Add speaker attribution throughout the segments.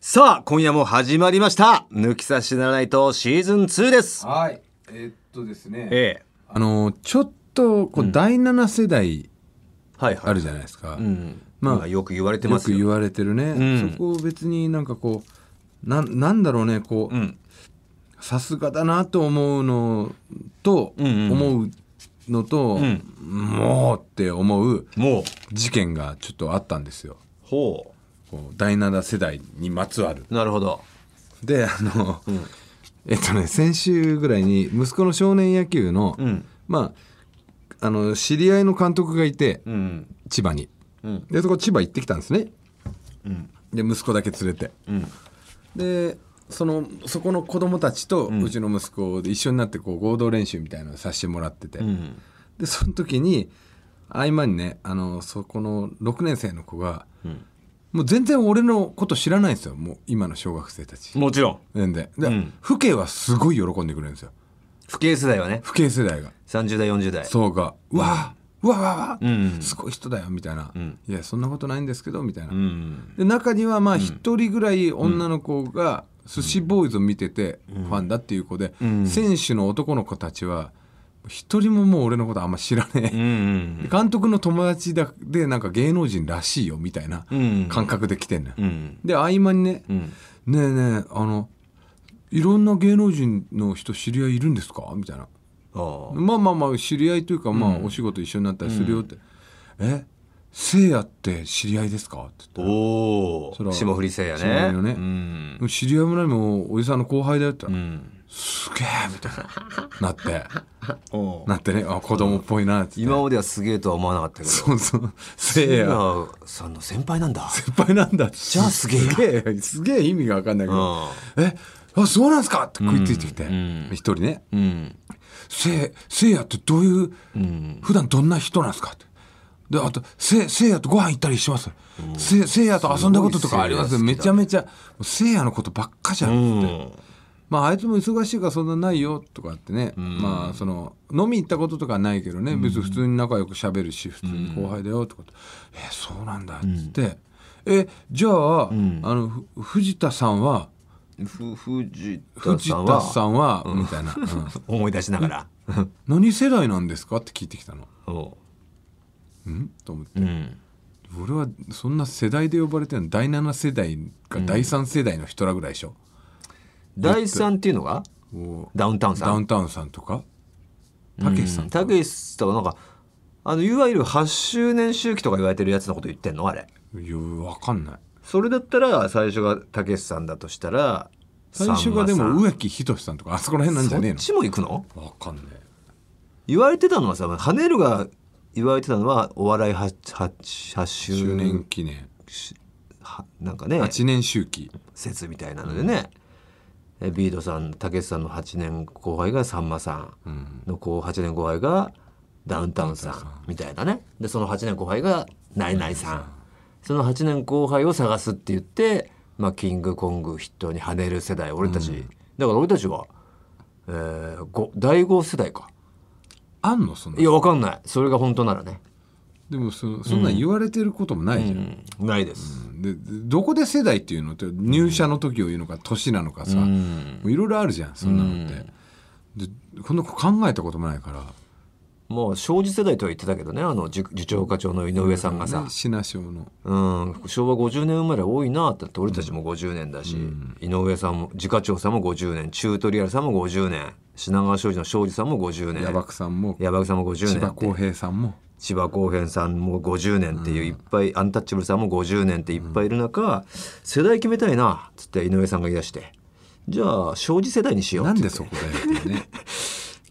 Speaker 1: さあ、今夜も始まりました。抜き差しならないとシーズン2です。
Speaker 2: はい。えーっとですね。
Speaker 1: ええ。
Speaker 2: あのちょっとこう第7世代
Speaker 1: はいはい。
Speaker 2: あるじゃないですか。
Speaker 1: うん。
Speaker 2: まあ
Speaker 1: まあ、よく言われて
Speaker 2: よ
Speaker 1: ます
Speaker 2: く
Speaker 1: よ。
Speaker 2: 言われてるね。
Speaker 1: ん
Speaker 2: そこを別になんかこうなんなんだろうねこう、
Speaker 1: うん。
Speaker 2: さすがだなと思うのと、
Speaker 1: んうん
Speaker 2: 思うのと、
Speaker 1: ん
Speaker 2: もうって思う
Speaker 1: もう。
Speaker 2: 事件がちょっとあったんですよ。
Speaker 1: ほ
Speaker 2: こう第7世代にまつわる。
Speaker 1: う。なるほど。
Speaker 2: であの、えっとね先週ぐらいに息子の少年野球の、
Speaker 1: ん
Speaker 2: まああの知り合いの監督がいて、
Speaker 1: うん。
Speaker 2: 千葉に、
Speaker 1: うん
Speaker 2: でそこ千葉行ってきたんですね、で息子だけ連れて、でそのそこの子供たちとうちの息子で一緒になってこう合同練習みたいなのをさせてもらってて、
Speaker 1: うん。
Speaker 2: でその時に合間にねあのそこの6年生の子が、
Speaker 1: ん
Speaker 2: もう全然俺のこと知らないんですよもう今の小学生たち。
Speaker 1: もちろん。
Speaker 2: 全然で、
Speaker 1: うん
Speaker 2: 父兄はすごい喜んでくれるんですよ
Speaker 1: 不敬世代はね。
Speaker 2: 父兄世代が
Speaker 1: 30代、40代。
Speaker 2: そうかうわーうわうわうわ、
Speaker 1: うん
Speaker 2: すごい人だよみたいな、
Speaker 1: ん
Speaker 2: いやそんなことないんですけどみたいな、
Speaker 1: うん。
Speaker 2: で中にはまあ一人ぐらい女の子が寿司ボーイズを見ててファンだっていう子で、
Speaker 1: ん
Speaker 2: 選手の男の子たちは一人ももう俺のことあんま知らねえ、
Speaker 1: うんうん。
Speaker 2: 監督の友達だでなんか芸能人らしいよみたいな
Speaker 1: うん
Speaker 2: 感覚で来てんのよ、
Speaker 1: うん。
Speaker 2: で合間にね、
Speaker 1: ん
Speaker 2: ねえねえあのいろんな芸能人の人知り合いいるんですかみたいな
Speaker 1: あ
Speaker 2: まあまあまあ知り合いというかまあお仕事一緒になったりするよって「えせいやって知り合いですか?」って
Speaker 1: あ。
Speaker 2: 言った
Speaker 1: お
Speaker 2: それ
Speaker 1: お。
Speaker 2: は
Speaker 1: 霜降りせいやね。
Speaker 2: 霜降りのね
Speaker 1: うん。
Speaker 2: ら知り合いも何もおじさんの後輩だよって言
Speaker 1: う
Speaker 2: ったら
Speaker 1: ん。
Speaker 2: 「すげえ!」みたいななって
Speaker 1: お
Speaker 2: なってねあ子供っぽいなって
Speaker 1: 今まではすげえとは思わなかったけど。
Speaker 2: そうそうせい
Speaker 1: せい
Speaker 2: や
Speaker 1: やさんの先輩なんだ。
Speaker 2: 先輩なんだ
Speaker 1: じゃあすげえや
Speaker 2: すげえすげえ意味が分かんないけど「えあそうなんすか?」って食いついてきて
Speaker 1: うん
Speaker 2: 一人ね
Speaker 1: うん。
Speaker 2: せせいやってどういう、普段どんな人なんですかってであとせせいやとご飯行ったりします、せせいやと遊んだこととかあります
Speaker 1: すごい
Speaker 2: め
Speaker 1: せいや好きだ
Speaker 2: ちゃめちゃせいやのことばっかじゃん、
Speaker 1: うん。
Speaker 2: まああいつも忙しいからそんなないよとかってね、まあその飲み行ったこととかはないけどね、別に普通に仲良く喋るし普通に後輩だよとかって、えそうなんだっつって、えじゃあ,、あのふ藤田さんは
Speaker 1: ふ藤田
Speaker 2: 藤
Speaker 1: さん
Speaker 2: 田
Speaker 1: は
Speaker 2: さんは、みたい な、うん
Speaker 1: 思い出しながら。
Speaker 2: 何世代なんですかって聞いてきたの。
Speaker 1: お
Speaker 2: んと思って、
Speaker 1: ううん。
Speaker 2: 俺はそんな世代で呼ばれてるの第7世代か第3世代の人らぐらいでしょ、
Speaker 1: 第三っていうのが
Speaker 2: こう
Speaker 1: ダウンタウンさ
Speaker 2: ダウ
Speaker 1: ん。
Speaker 2: ンタウンさんとかたけしさん
Speaker 1: たけしさんはなんか、あの、いわゆる8周年周期とか言われてるやつのこと言ってんのあれ。
Speaker 2: いやわかんない
Speaker 1: それだったら、最初がたけしさんだとしたら、
Speaker 2: 最初がで
Speaker 1: さん
Speaker 2: も
Speaker 1: ま
Speaker 2: 植木仁さんとかあそこら辺なんじ
Speaker 1: さ
Speaker 2: ゃ
Speaker 1: ん
Speaker 2: ねえ
Speaker 1: そっちも行くの
Speaker 2: のわかんね
Speaker 1: 言われてたのはさ、ハネルが言われてたのは、お笑い 8, 8,
Speaker 2: え
Speaker 1: 周
Speaker 2: 周年
Speaker 1: 年、
Speaker 2: 記念
Speaker 1: はなんかね、
Speaker 2: 8年周期
Speaker 1: 説みたいなのでね、えビートさんたけしさんの8年後輩がさんまさんの後8年後輩がダウンタウンさんみたいなねでその8年後輩がナイナイさんその8年後輩を探すって言って、まあ、キングコング筆頭に跳ねる世代俺たち、だから俺たちは、えー、ご第5世代か
Speaker 2: あんのそんない
Speaker 1: やわかんないそれが本当ならね、
Speaker 2: でもそそんなん言われてることもないじゃん、
Speaker 1: うん、ないです、
Speaker 2: ででどこで世代っていうのって入社の時を言うのか年なのかさ、もういろいろあるじゃんそんなのって、でこんなこと考えたこともないから
Speaker 1: もう庄司世代とは言ってたけどねあの受受長課長の井上さんがさ、
Speaker 2: ね品賞の
Speaker 1: うん、昭和50年生まれ多いなってって俺たちも50年だし、井上さんも自家長さんも50年チュートリアルさんも50年品川庄司の庄司さんも50年
Speaker 2: 矢爆さんも
Speaker 1: 矢場さんも50
Speaker 2: 千
Speaker 1: 年
Speaker 2: 葉
Speaker 1: って
Speaker 2: 公平さんも
Speaker 1: 千葉公平さんも50年っていういっぱい、アンタッチャブルさんも50年っていっぱいいる中、世代決めたいなっつって井上さんが言い出してじゃあ庄司世代にしよう
Speaker 2: な
Speaker 1: っ
Speaker 2: ん
Speaker 1: て
Speaker 2: でそこだよっ てね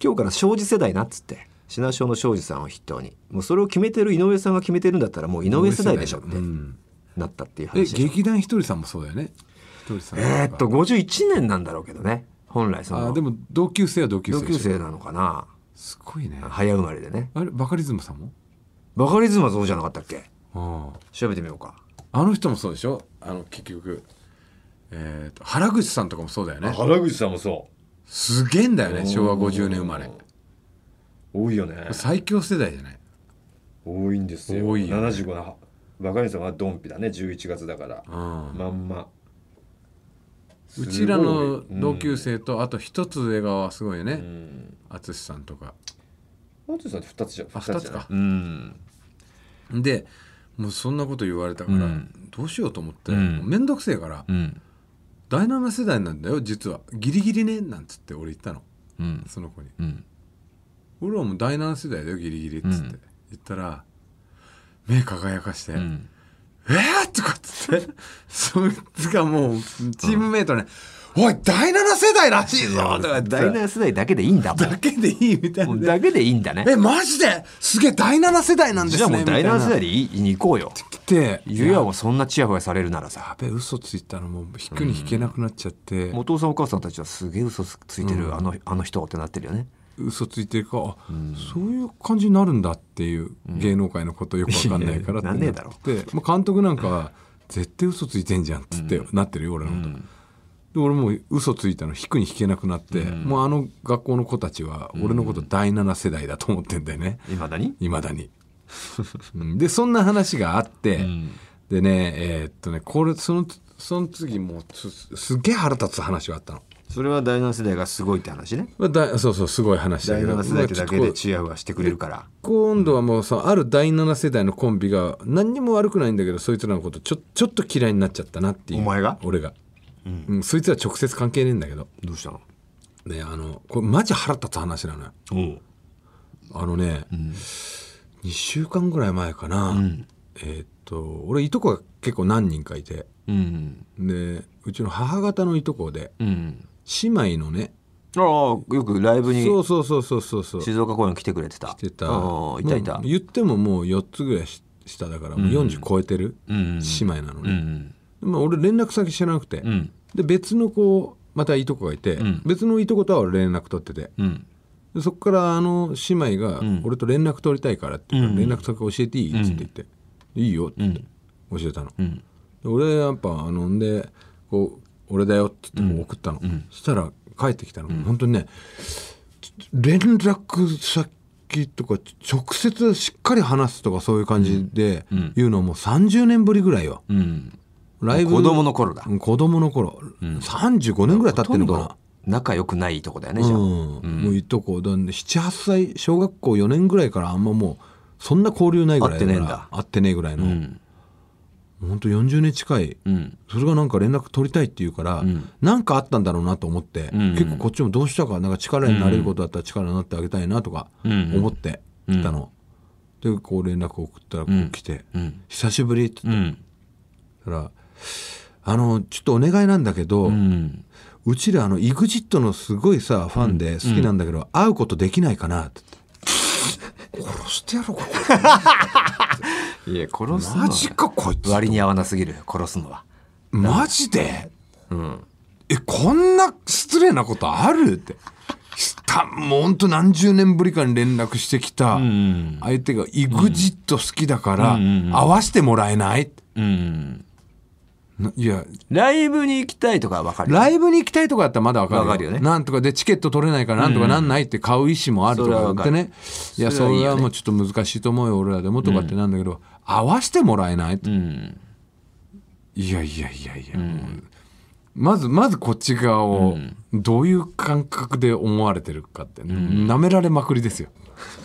Speaker 1: 今日から庄司世代なっつって品庄の庄司さんを筆頭にもうそれを決めてる井上さんが決めてるんだったらもう井上世代でしょって
Speaker 2: うん
Speaker 1: なったっていう話
Speaker 2: え
Speaker 1: でしょ
Speaker 2: 劇団ひとりさんもそうだよねひとりさん
Speaker 1: えーっと51年なんだろうけどね本来そ
Speaker 2: あ
Speaker 1: の
Speaker 2: ーでも同級生は同級
Speaker 1: 同
Speaker 2: 生で
Speaker 1: 級
Speaker 2: しょ
Speaker 1: 生なのかな
Speaker 2: すごいね
Speaker 1: 早生まれでね
Speaker 2: あれバカリズムさんも
Speaker 1: バカリズムはそうじゃなかったっけ
Speaker 2: あ
Speaker 1: 調べてみようか
Speaker 2: ああの人もそうでしょあの結局えーと原口さんとかもそうだよね
Speaker 1: 原口さんもそ
Speaker 2: すげえんだよね昭和50年生まれ
Speaker 1: う多いよね
Speaker 2: 最強世代じゃない
Speaker 1: 多いんです
Speaker 2: よ多いよね
Speaker 1: 75のバカリズムはドンピだね11月だから
Speaker 2: うん
Speaker 1: まんま
Speaker 2: うちらの同級生とあと一つ上側はすごいよね淳、さんとか
Speaker 1: 本当にそれ二つじゃ
Speaker 2: あ
Speaker 1: 二つじ
Speaker 2: 二
Speaker 1: ゃな
Speaker 2: つ
Speaker 1: い
Speaker 2: か
Speaker 1: うん
Speaker 2: でもうそんなこと言われたから、
Speaker 1: うん
Speaker 2: どうしようと思って、
Speaker 1: うん
Speaker 2: もうめんどくせえから、
Speaker 1: うん
Speaker 2: 第7世代なんだよ実はギリギリねなんつって俺言ったの
Speaker 1: うん
Speaker 2: その子に
Speaker 1: うん
Speaker 2: 俺はもう第7世代だよギリギリっつって、
Speaker 1: うん
Speaker 2: 言ったら目輝かして
Speaker 1: う
Speaker 2: 「
Speaker 1: ん
Speaker 2: えー、とかっつってそいつがもうチームメイトね「おい第7世代らしいぞ!」とか言って
Speaker 1: 第7世代だけでいいんだもん
Speaker 2: だけでいいみたい
Speaker 1: も
Speaker 2: な
Speaker 1: う
Speaker 2: ね
Speaker 1: だけでいいんだね
Speaker 2: えマジですげえ第7世代なんですね
Speaker 1: じゃあもう第7世代
Speaker 2: み
Speaker 1: でいいに行こうよ
Speaker 2: たいな来て
Speaker 1: ゆやもそんなチヤホヤされるならさ
Speaker 2: やべえ嘘ついたのもう引くに引けなくなっちゃって、
Speaker 1: お父さんお母さんたちはすげえ嘘つついてる、あのあの人ってなってるよね
Speaker 2: 嘘ついてるかあ、そういう感じになるんだっていう芸能界のことよくわかんないか ら
Speaker 1: いやいやな
Speaker 2: って
Speaker 1: んねえだろ
Speaker 2: で、まあ、監督なんかは絶対嘘ついてんじゃんっつってなってるよ俺のこと、で俺もう嘘ついたの引くに引けなくなって、もうあの学校の子たちは俺のこと第7世代だと思ってんだよね、
Speaker 1: 今何
Speaker 2: いまだにうんでそんな話があって、でねえーっとねこれそのその次もうすすっげえ腹立つ話があったの
Speaker 1: それは第7世代がすごいって話ね
Speaker 2: まあだそうそうすごい話だ
Speaker 1: 第
Speaker 2: けど
Speaker 1: 7世代ってだけ
Speaker 2: まあちょっとこ
Speaker 1: で
Speaker 2: う
Speaker 1: チヤホヤしてくれるから
Speaker 2: 今度はもうさある第7世代のコンビが何にも悪くないんだけどそいつらのことちょちょっと嫌いになっちゃったなっていう
Speaker 1: お前が
Speaker 2: 俺が、うん、そいつら直接関係ねえんだけど
Speaker 1: どうしたの
Speaker 2: ねあのこれマジ腹立つ話なのよ
Speaker 1: おう
Speaker 2: あのね、2週間ぐらい前かな、えーっと俺いとこが結構何人かいて
Speaker 1: うん
Speaker 2: でうちの母方のいとこで
Speaker 1: うん
Speaker 2: 姉妹のね
Speaker 1: ああよくライブに
Speaker 2: そうそうそうそうそうそう
Speaker 1: 静岡公演来てくれてた来
Speaker 2: してた
Speaker 1: いたいた
Speaker 2: もう言ってももう4つぐらいし下だからもう40超えてる
Speaker 1: うん
Speaker 2: 姉妹なの
Speaker 1: う
Speaker 2: ね、
Speaker 1: ん
Speaker 2: まあ、俺連絡先知らなくて、
Speaker 1: うん
Speaker 2: で別の子またいとこがいて、
Speaker 1: ん
Speaker 2: 別のいとことは俺連絡取ってて
Speaker 1: うん
Speaker 2: でそこからあの姉妹が「俺と連絡取りたいから」って言うから、連絡先教えていい?」っつって言って「いいよ」って言って教えたの、
Speaker 1: ん
Speaker 2: で俺やっぱあのんでこう「俺だよ」って言ってこう送ったの、そしたら帰ってきたの、本当にねちょ連絡先とか直接しっかり話すとかそういう感じで言うのはもう30年ぶりぐらいよ
Speaker 1: うん
Speaker 2: ライブ
Speaker 1: 子供の頃だ
Speaker 2: うん子供の頃、35年ぐらい経ってるのかな
Speaker 1: 仲良くないとこだよねじゃあ
Speaker 2: うんもういとこだんで78歳小学校4年ぐらいからあんまもうそんな交流ないぐらい
Speaker 1: 会ってねえ
Speaker 2: か
Speaker 1: ん
Speaker 2: ら
Speaker 1: だ
Speaker 2: 会ってねえぐらいの、
Speaker 1: うん
Speaker 2: ほんと40年近い、
Speaker 1: うん
Speaker 2: それがなんか連絡取りたいっていうから、なんかあったんだろうなと思って、
Speaker 1: んうん
Speaker 2: 結構こっちもどうしたかなんか力になれることだったら力になってあげたいなとか
Speaker 1: うん
Speaker 2: 思って来たの、でこう連絡を送ったらこう来て、
Speaker 1: うん
Speaker 2: 久しぶり」って言っ
Speaker 1: うん
Speaker 2: たら「あのちょっとお願いなんだけど、
Speaker 1: うん
Speaker 2: うちらあの EXIT のすごいさファンで好きなんだけど、会うことできないかなって言って殺してやろうかこれ
Speaker 1: いや殺すのは
Speaker 2: マジかこいつ
Speaker 1: 割に合わなすぎる殺すのは
Speaker 2: マジで
Speaker 1: うん
Speaker 2: えこんな失礼なことあるってしたもうほんと何十年ぶりかに連絡してきた
Speaker 1: ん
Speaker 2: 相手が EXIT 好きだから
Speaker 1: うんうんうん
Speaker 2: 会わせてもらえない
Speaker 1: うん
Speaker 2: ないや
Speaker 1: ライブに行きたいとかは分かる
Speaker 2: ライブに行きたいとかだったらまだわかる
Speaker 1: わかるよね
Speaker 2: なんとかでチケット取れないからなんとかなんないって買う意思もあると
Speaker 1: それ
Speaker 2: か
Speaker 1: はわ
Speaker 2: 言っ
Speaker 1: か
Speaker 2: て
Speaker 1: る
Speaker 2: ね。いや、
Speaker 1: それ
Speaker 2: そ
Speaker 1: はいいよね
Speaker 2: れはもうちょっと難しいと思うよ、俺らでもとかってなんだけど、合わせてもらえない、
Speaker 1: うん
Speaker 2: いやいやいやいや、もうまず、まずこっち側を、どういう感覚で思われてるかってね、舐められまくりですよ。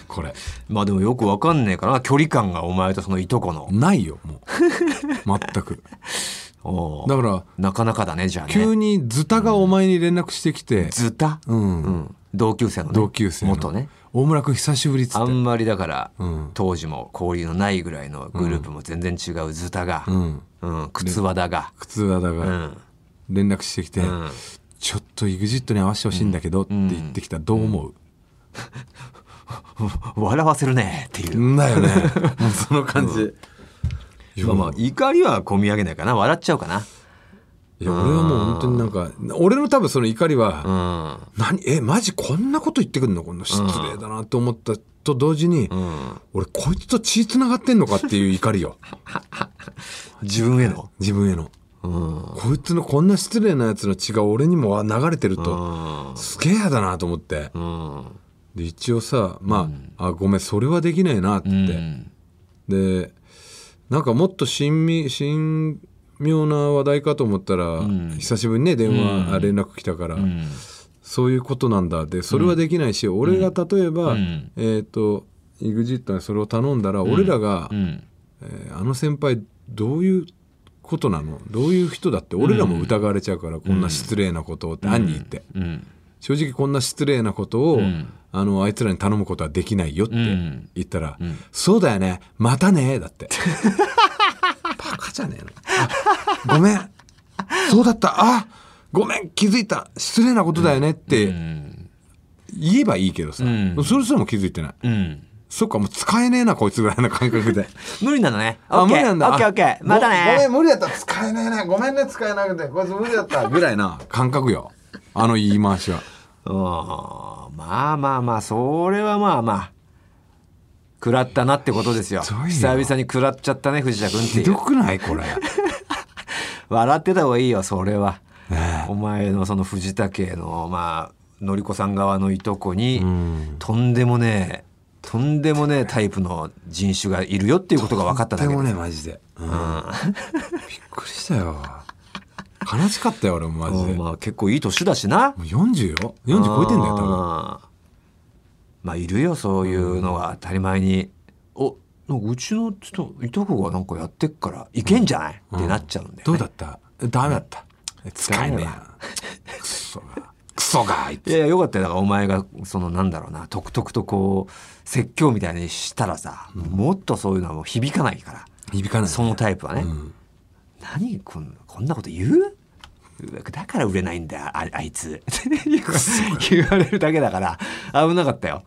Speaker 2: これ。
Speaker 1: まあでもよく分かんねえからな距離感がお前とそのいとこの
Speaker 2: ないよ、もう。全く。
Speaker 1: おう
Speaker 2: だから、
Speaker 1: なかなかだねじゃあ
Speaker 2: 急
Speaker 1: ね
Speaker 2: にズタがお前に連絡してきて、
Speaker 1: ずた
Speaker 2: うん
Speaker 1: うん同級生のね
Speaker 2: 同級生の
Speaker 1: 元ね
Speaker 2: 大村君久しぶりっつ
Speaker 1: あ
Speaker 2: って。
Speaker 1: んまりだから、
Speaker 2: ん
Speaker 1: 当時も交流のないぐらいのグループも全然違うズタが、う
Speaker 2: うんん。
Speaker 1: 靴和田が、
Speaker 2: 靴だだ
Speaker 1: う
Speaker 2: が
Speaker 1: ん
Speaker 2: 連絡してきて、
Speaker 1: うん
Speaker 2: ちょっと EXIT に合わせてほしいんだけどって言ってきた、どう思
Speaker 1: 笑わせるねっていう
Speaker 2: う、、ん、だ よねもうその感じ、いや,、
Speaker 1: まあまあ怒りは込み上げないかな笑っちゃうか
Speaker 2: いや俺はもう本当になんか俺の多分その怒りは、
Speaker 1: な
Speaker 2: 何えマジこんなこと言ってくんのこんな失礼だなと思ったと同時に、
Speaker 1: うん、うん、
Speaker 2: 俺こいつと血つながってんのかっていう怒り よ
Speaker 1: 自分への
Speaker 2: 自分への
Speaker 1: うん
Speaker 2: こいつのこんな失礼なやつの血が俺にも流れてると、
Speaker 1: う
Speaker 2: すげえ嫌だなと思って
Speaker 1: ん
Speaker 2: で一応さまあ,、あごめんそれはできないなって
Speaker 1: う
Speaker 2: 言って、
Speaker 1: ん
Speaker 2: でなんかもっと親身親妙な話題かと思ったら、
Speaker 1: ん
Speaker 2: 久しぶりにね電話、あ連絡来たから、
Speaker 1: うん
Speaker 2: そういうことなんだでそれはできないし、俺が例えば、
Speaker 1: うん
Speaker 2: えっ、と EXIT にそれを頼んだら、俺らが、
Speaker 1: うん
Speaker 2: えーあの先輩どういうことなのどういう人だって俺らも疑われちゃうから、こんな失礼なことをって、案に言って
Speaker 1: うん
Speaker 2: 正直こんな失礼なことを、
Speaker 1: ん
Speaker 2: あのあいつらに頼むことはできないよって
Speaker 1: うん
Speaker 2: 言ったら「そうだよねまたね」だって バカじゃねえのあごめんそうだったあごめん気づいた失礼なことだよねって
Speaker 1: うん
Speaker 2: 言えばいいけどさ、
Speaker 1: ん
Speaker 2: それすらも気づいてない、
Speaker 1: うん
Speaker 2: そっかもう使えねえなこいつぐらいの感覚 で
Speaker 1: 無理なのね。
Speaker 2: あ
Speaker 1: OK
Speaker 2: 無理なんだ
Speaker 1: オッケーオッケー。また
Speaker 2: ごご
Speaker 1: ね。
Speaker 2: めん無理だった使えねえなごめんね使えなくてこいつ無理だったぐらいな感覚よあの言い回しは。
Speaker 1: うんまあまあまあ、それはまあまあ。食らったなってことですよ。
Speaker 2: どいな
Speaker 1: 久々に食らっちゃったね、藤田君って
Speaker 2: ひ
Speaker 1: い
Speaker 2: ど
Speaker 1: う。
Speaker 2: くないこれ。
Speaker 1: 笑ってた方がいいよ、それは。
Speaker 2: ね
Speaker 1: お前のその藤田家の、まあ、のりこさん側のいとこに、
Speaker 2: ん
Speaker 1: とんでもねえ、とんでもねえタイプの人種がいるよっていうことが分かっただ
Speaker 2: で
Speaker 1: け
Speaker 2: も
Speaker 1: で
Speaker 2: ね
Speaker 1: す。
Speaker 2: マジで。うんびっくりしたよ。悲しかったよ俺もマジで。
Speaker 1: うん
Speaker 2: も
Speaker 1: まあ、結構いい年だしな
Speaker 2: う。40よ。40超えてんだよ多分。
Speaker 1: あーまあいるよそういうのが当たり前に、おなんかうちのちょっといとこがなんかやってっからいけんじゃない、ってなっちゃうんだよ、ね
Speaker 2: どうだった？ダメだった。使えねえな。クソが。クソがあい
Speaker 1: い
Speaker 2: つ。
Speaker 1: やいやよかったよだからお前がそのなんだろうな独特とこう説教みたいにしたらさ、もっとそういうのはもう響かないから、
Speaker 2: 響かない。
Speaker 1: そのタイプはね、
Speaker 2: うん
Speaker 1: 何こんこんなこと言ううわだから売れないんだああいつ言われるだけだから危なかったよ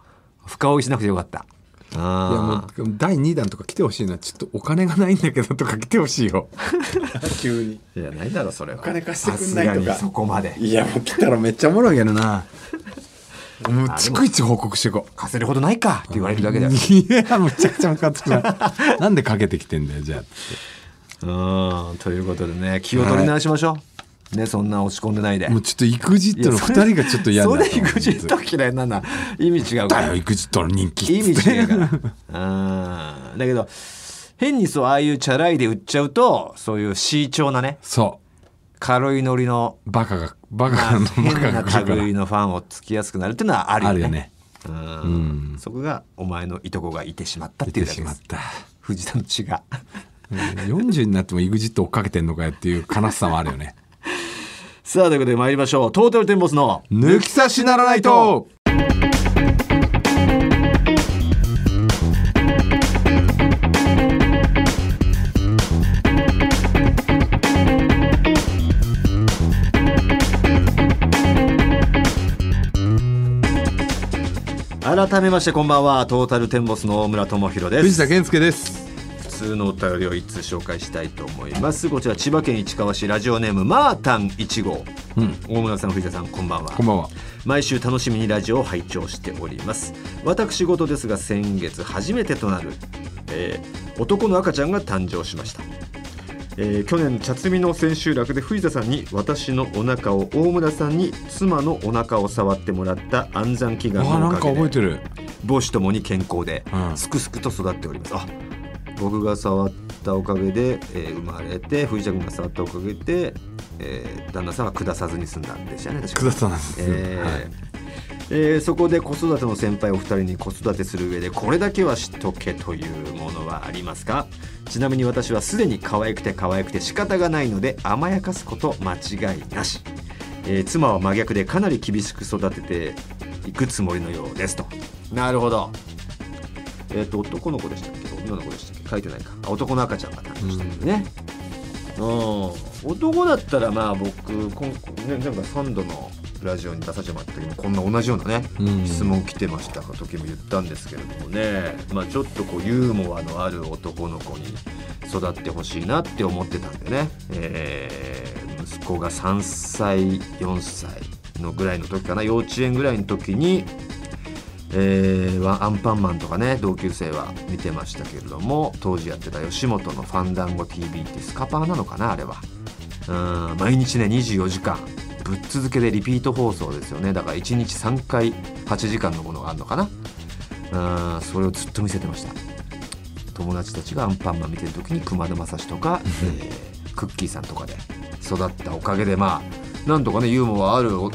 Speaker 1: 深追いしなくてよかった
Speaker 2: いやも
Speaker 1: あ
Speaker 2: う第2弾とか来てほしいなちょっとお金がないんだけどとか来てほしいよ 急に
Speaker 1: あいやないだろそれはお
Speaker 2: 金貸してくんないとか
Speaker 1: そこまで
Speaker 2: いやもう来たらめっちゃおもろいけどなもう逐一報告していこう
Speaker 1: 貸せるほどないかって言われるだけだよ
Speaker 2: いやむちゃくちゃムカ つくななんでかけてきてんだよじゃあ
Speaker 1: うんということでね気を取り直しましょう、ねそんな落ち込んでないで
Speaker 2: もうちょっと EXIT の
Speaker 1: いやそれ
Speaker 2: 2人がちょっと嫌に
Speaker 1: そ
Speaker 2: なっ
Speaker 1: れ
Speaker 2: た
Speaker 1: で EXIT 嫌いなんだ意味違うか
Speaker 2: だ
Speaker 1: ら
Speaker 2: よ EXIT の人気
Speaker 1: 意
Speaker 2: っつって
Speaker 1: 味違う からうんだけど変にそうああいうチャラいで売っちゃうとそういう慎重なね
Speaker 2: そ
Speaker 1: 軽いノリ の
Speaker 2: うバカがバカ
Speaker 1: まあ
Speaker 2: のバカ
Speaker 1: 変
Speaker 2: が
Speaker 1: な
Speaker 2: 来るから
Speaker 1: 類のファンをつきやすくなるっていうのはあるよ
Speaker 2: あ
Speaker 1: ね
Speaker 2: るよね
Speaker 1: うん
Speaker 2: うん
Speaker 1: そこがお前のいとこがいてしまったっ
Speaker 2: 出
Speaker 1: ていう
Speaker 2: て
Speaker 1: だ
Speaker 2: し
Speaker 1: けで
Speaker 2: まっ
Speaker 1: す
Speaker 2: た
Speaker 1: 藤田の血が
Speaker 2: うん40になっても EXIT 追っかけてんのかよっていう悲しさもある よね
Speaker 1: さあということで参りましょうトータルテンボスの
Speaker 2: 抜き差しならないと
Speaker 1: 改めましてこんばんはトータルテンボスの大村智弘で
Speaker 2: 藤
Speaker 1: す
Speaker 2: 田健介です
Speaker 1: 普通のお便りを一通紹介したいと思いますこちら千葉県市川市ラジオネームマータン1号、大村さん藤田さんこんばんは
Speaker 2: こんばんは
Speaker 1: 毎週楽しみにラジオを拝聴しております私事ですが先月初めてとなる、えー男の赤ちゃんが誕生しました、えー去年茶摘みの千秋楽で藤田さんに私のお腹を大村さんに妻のお腹を触ってもらった安産祈願
Speaker 2: あ
Speaker 1: の
Speaker 2: な
Speaker 1: お
Speaker 2: んか
Speaker 1: かげ
Speaker 2: 覚
Speaker 1: で
Speaker 2: えてる
Speaker 1: 母子ともに健康で、
Speaker 2: うん
Speaker 1: すくすくと育っておりますあ僕が触ったおかげで、えー生まれて藤田君が触ったおかげで、えー旦那さんは下さずに済んだんでしたね確か
Speaker 2: 下さんです、
Speaker 1: えー
Speaker 2: はい
Speaker 1: えーそこで子育ての先輩お二人に子育てする上でこれだけはしとけというものはありますかちなみに私はすでに可愛くて可愛くて仕方がないので甘やかすこと間違いなし、えー妻は真逆でかなり厳しく育てていくつもりのようですとなるほどえっ、と男の子でしたっけ女の子でしたっけ書いてないかあ男の赤ちゃんが誕生したんですね、うん、男だったらまあ僕今、ね、前回3度のラジオに出させてもらった時もこんな同じようなね、
Speaker 2: うん
Speaker 1: 質問来てましたか時も言ったんですけれどもね、まあ、ちょっとこうユーモアのある男の子に育ってほしいなって思ってたんでね、えー息子が3歳4歳のぐらいの時かな幼稚園ぐらいの時にえーワンアンパンマンとかね同級生は見てましたけれども当時やってた吉本の「ファンダンゴ TV」ってスカパーなのかなあれはうん毎日ね24時間ぶっ続けでリピート放送ですよねだから1日3回8時間のものがあるのかなうんそれをずっ と見せてました友達たちがアンパンマン見てる時に熊田正史とか、えークッキーさんとかで育ったおかげでまあなんとかねユーモアあるお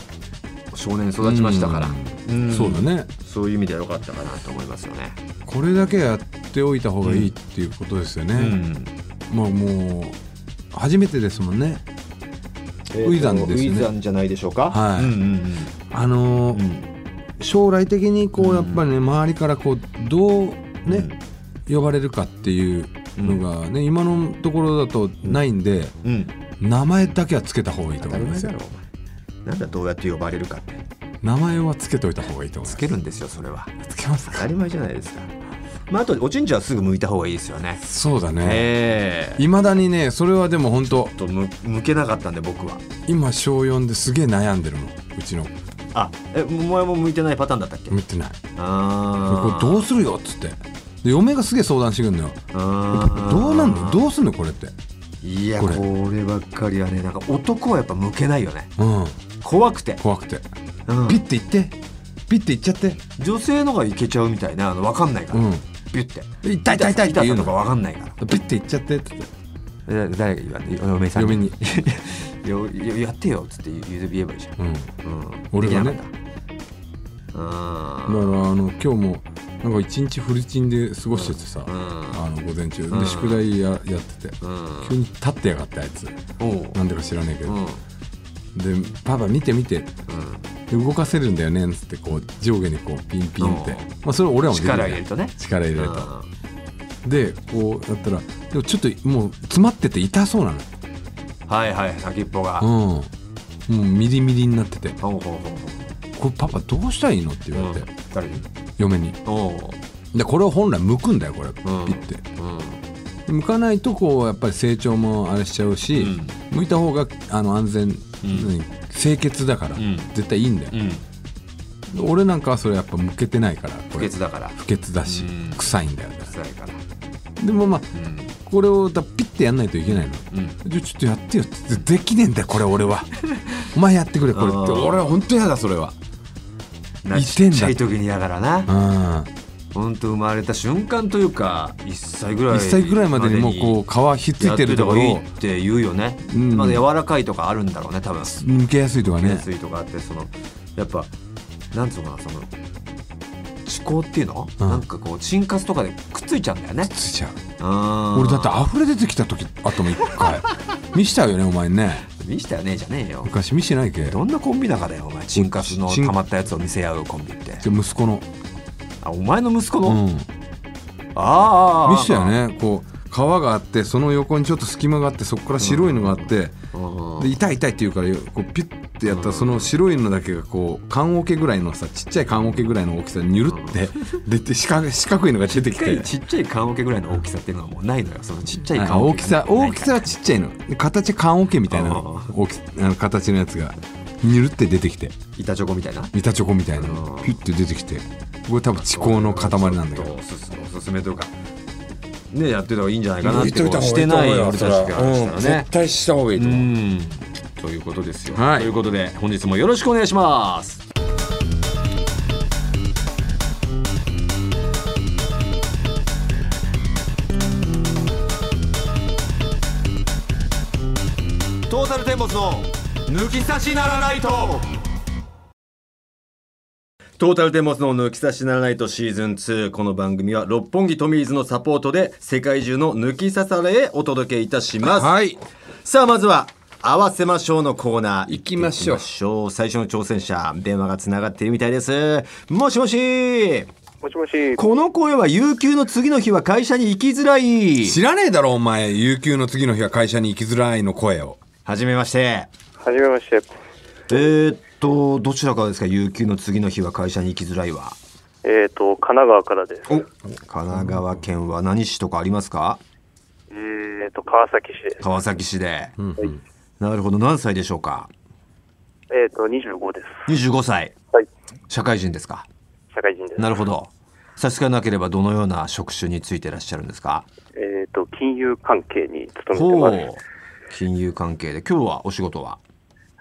Speaker 1: 少年に育ちましたから、ん
Speaker 2: そうだね
Speaker 1: そういう意味では良かったかなと思いますよね。
Speaker 2: これだけやっておいた方がいいっていうことですよね、
Speaker 1: うん
Speaker 2: まあもう初めてですもんねウイザンですね
Speaker 1: ウイザンじゃないでしょうか。
Speaker 2: はい
Speaker 1: うん
Speaker 2: あの
Speaker 1: うん
Speaker 2: ー
Speaker 1: うんうん
Speaker 2: 将来的にこ
Speaker 1: うん
Speaker 2: うやっぱりね周りからこうどうね、呼ばれるかっていうのがね今のところだとないんで
Speaker 1: うんうん
Speaker 2: 名前だけはつけた方がいいと
Speaker 1: 当
Speaker 2: 思
Speaker 1: たり前
Speaker 2: います
Speaker 1: だ
Speaker 2: よ
Speaker 1: ろお前。なんだどうやって呼ばれるかって
Speaker 2: 名前はつけといた方がいいと思い
Speaker 1: つ
Speaker 2: ま
Speaker 1: けるんですよそれは
Speaker 2: すつけます
Speaker 1: 当たり前じゃないですか。まああとおちんちんはすぐ剥いた方がいいですよね。
Speaker 2: そうだね
Speaker 1: ええ
Speaker 2: いまだにねそれはでも本当
Speaker 1: ちょっとむ向けなかったんで僕は。
Speaker 2: 今小4ですげえ悩んでるもんうちの
Speaker 1: あえお前も向いてないパターンだったっけ。
Speaker 2: 見てないこ
Speaker 1: ああ
Speaker 2: れどうするよっつってで嫁がすげえ相談してくんのよど
Speaker 1: ど
Speaker 2: うなんのどうすんのこれって
Speaker 1: いやこ
Speaker 2: こ
Speaker 1: れ
Speaker 2: れ
Speaker 1: ばっかりはねなんか男はやっぱ向けないよね
Speaker 2: うん
Speaker 1: 怖くて、
Speaker 2: 怖くて
Speaker 1: うん
Speaker 2: ピッて行ってピッて行っちゃって
Speaker 1: 女性のがいけちゃうみたいなあの分かんないから、
Speaker 2: うん
Speaker 1: ビュッて
Speaker 2: 痛い痛い痛いって言う
Speaker 1: とか
Speaker 2: の
Speaker 1: 分かんないから
Speaker 2: ピッて行っちゃってっつって
Speaker 1: え誰が言わんの嫁さん
Speaker 2: 嫁に
Speaker 1: よよやってよっつって言う言えばいいじゃん、
Speaker 2: うん
Speaker 1: うん、
Speaker 2: 俺がね
Speaker 1: できなかった
Speaker 2: だからあの今日もなんか一日フルチンで過ごしててさ、
Speaker 1: うん
Speaker 2: あの午前中
Speaker 1: うん
Speaker 2: で宿題ややってて、
Speaker 1: うんうん
Speaker 2: 急に立ってやがってあいつ
Speaker 1: おう
Speaker 2: なんでか知らねえけ
Speaker 1: う
Speaker 2: ど、
Speaker 1: ん
Speaker 2: で「パパ見て見て」
Speaker 1: う
Speaker 2: で動かせるんだよね」っつってこう上下にこうピンピンって、
Speaker 1: うん
Speaker 2: まあ、それ俺ら
Speaker 1: ん
Speaker 2: もできる
Speaker 1: 力
Speaker 2: ね
Speaker 1: 入れるとね
Speaker 2: 力入れると、
Speaker 1: うん
Speaker 2: でこうやったらでもちょっともう詰まってて痛そうな
Speaker 1: はいはい先っぽが、
Speaker 2: のうんもうミリミリになってて
Speaker 1: ほうほうほうほう
Speaker 2: 「これパパどうしたらいいの?」って言われて、
Speaker 1: うん誰に
Speaker 2: 嫁に
Speaker 1: おう
Speaker 2: でこれを本来剥くんだよこれ、
Speaker 1: ん
Speaker 2: ピッて
Speaker 1: うん
Speaker 2: 向かないとこうやっぱり成長もあれしちゃうし、
Speaker 1: うん
Speaker 2: 向いた方があの安全、
Speaker 1: ん
Speaker 2: 清潔だから、
Speaker 1: ん
Speaker 2: 絶対いいんだよ
Speaker 1: う、ん
Speaker 2: 俺なんかはそれやっぱ向けてないから
Speaker 1: 不
Speaker 2: これ
Speaker 1: 潔だから
Speaker 2: 不潔だし、
Speaker 1: うん
Speaker 2: 臭いんだよだか
Speaker 1: 臭いから
Speaker 2: らでもまあ
Speaker 1: う
Speaker 2: これをだピッてやんないといけないの
Speaker 1: んうん
Speaker 2: じゃあちょっとやってよってできねえんだよこれ 俺はお前やってくれこれって
Speaker 1: あー
Speaker 2: 俺は本当やだそれは
Speaker 1: な
Speaker 2: 言ってん
Speaker 1: ち
Speaker 2: だ
Speaker 1: っちゃい時にやからな
Speaker 2: うん
Speaker 1: 本当生まれた瞬間というか1歳ぐらい
Speaker 2: 1歳ぐらいまでにもうこう皮ひっついてるところ
Speaker 1: や
Speaker 2: を
Speaker 1: ってた方がいいって言うよね、
Speaker 2: うん
Speaker 1: まだ柔らかいとかあるんだろうね多分
Speaker 2: 抜けやすいとかね
Speaker 1: 熱意とかあってそのやっぱなんつうのかなその思考っていうの、
Speaker 2: うん
Speaker 1: なんかこうチンカスとかでくっついちゃうんだよね
Speaker 2: ついちゃう
Speaker 1: 俺
Speaker 2: 俺だって溢れ出てきた時あったもん一 回見したよねお前ね
Speaker 1: 見したよねえじゃねえよ
Speaker 2: 昔見してないけど
Speaker 1: どんなコンビ仲だよお前チンカスの
Speaker 2: チン
Speaker 1: たまったやつを見せ合うコンビって
Speaker 2: で息子の、
Speaker 1: あお前の息子の、
Speaker 2: う
Speaker 1: ああ
Speaker 2: ん、
Speaker 1: ああ
Speaker 2: 見したよねこう皮があってその横にちょっと隙間があってそこから白いのがあって、
Speaker 1: うん
Speaker 2: で痛い痛いって言うからこうピュッてやっ
Speaker 1: うん
Speaker 2: たらその白いのだけがこう缶桶ぐらいのさちっちゃい缶桶ぐらいの大きさにゅる って出て四角四角いのが出てき
Speaker 1: でかい
Speaker 2: て
Speaker 1: ちっちゃい棺桶ぐらいの大きさっていうのはもうないのよそのちっちゃい
Speaker 2: はい
Speaker 1: 棺桶
Speaker 2: 大きさ大きさはちっちゃいので形缶桶みたいな
Speaker 1: うん
Speaker 2: 大きあの形のやつがにゅるって出てきて
Speaker 1: 板チョコみたいな
Speaker 2: 板チョコみたいな
Speaker 1: うん
Speaker 2: ピュッて出てきてこれ多分至高の塊なんだけ
Speaker 1: ちょっ
Speaker 2: ど
Speaker 1: とおすすおすすめというかねやってた方がいいんじゃないかなっ
Speaker 2: 言
Speaker 1: てことしてない俺たちからしたらね
Speaker 2: 対した方がいい
Speaker 1: うんということですよ、
Speaker 2: はい
Speaker 1: ということで本日もよろしくお願いしますトータルテンボスの抜き差しならないとトータルテンボスの抜き差しならないとシーズン2この番組は六本木トミーズのサポートで世界中の抜き差されへお届けいたします、
Speaker 2: はい
Speaker 1: さあまずは合わせましょうのコーナー
Speaker 2: 行きましょう
Speaker 1: 行ってきましょう最初の挑戦者電話がつながっているみたいですもしもし
Speaker 3: もしもし。
Speaker 1: この声は有給の次の日は会社に行きづらい
Speaker 2: 知らねえだろお前有給の次の日は会社に行きづらいの声を
Speaker 1: はじめまして
Speaker 3: はじめまして。
Speaker 1: えー、っとどちらからですか有給の次の日は会社に行きづらいは
Speaker 3: えっ、と、神奈川からです。
Speaker 1: 神奈川県は何市とかありますか
Speaker 3: えっ、と、川崎市です。
Speaker 1: 川崎市で、
Speaker 3: ん
Speaker 1: なるほど何歳でしょうか
Speaker 3: えっ、と、25です。
Speaker 1: 25歳
Speaker 3: はい。
Speaker 1: 社会人ですか
Speaker 3: 社会人です。
Speaker 1: なるほど差し支えなければどのような職種についていらっしゃるんですか
Speaker 3: えっ、と、金融関係に勤
Speaker 1: ほ
Speaker 3: め
Speaker 1: う
Speaker 3: てます。
Speaker 1: 金融関係で今日はお仕事は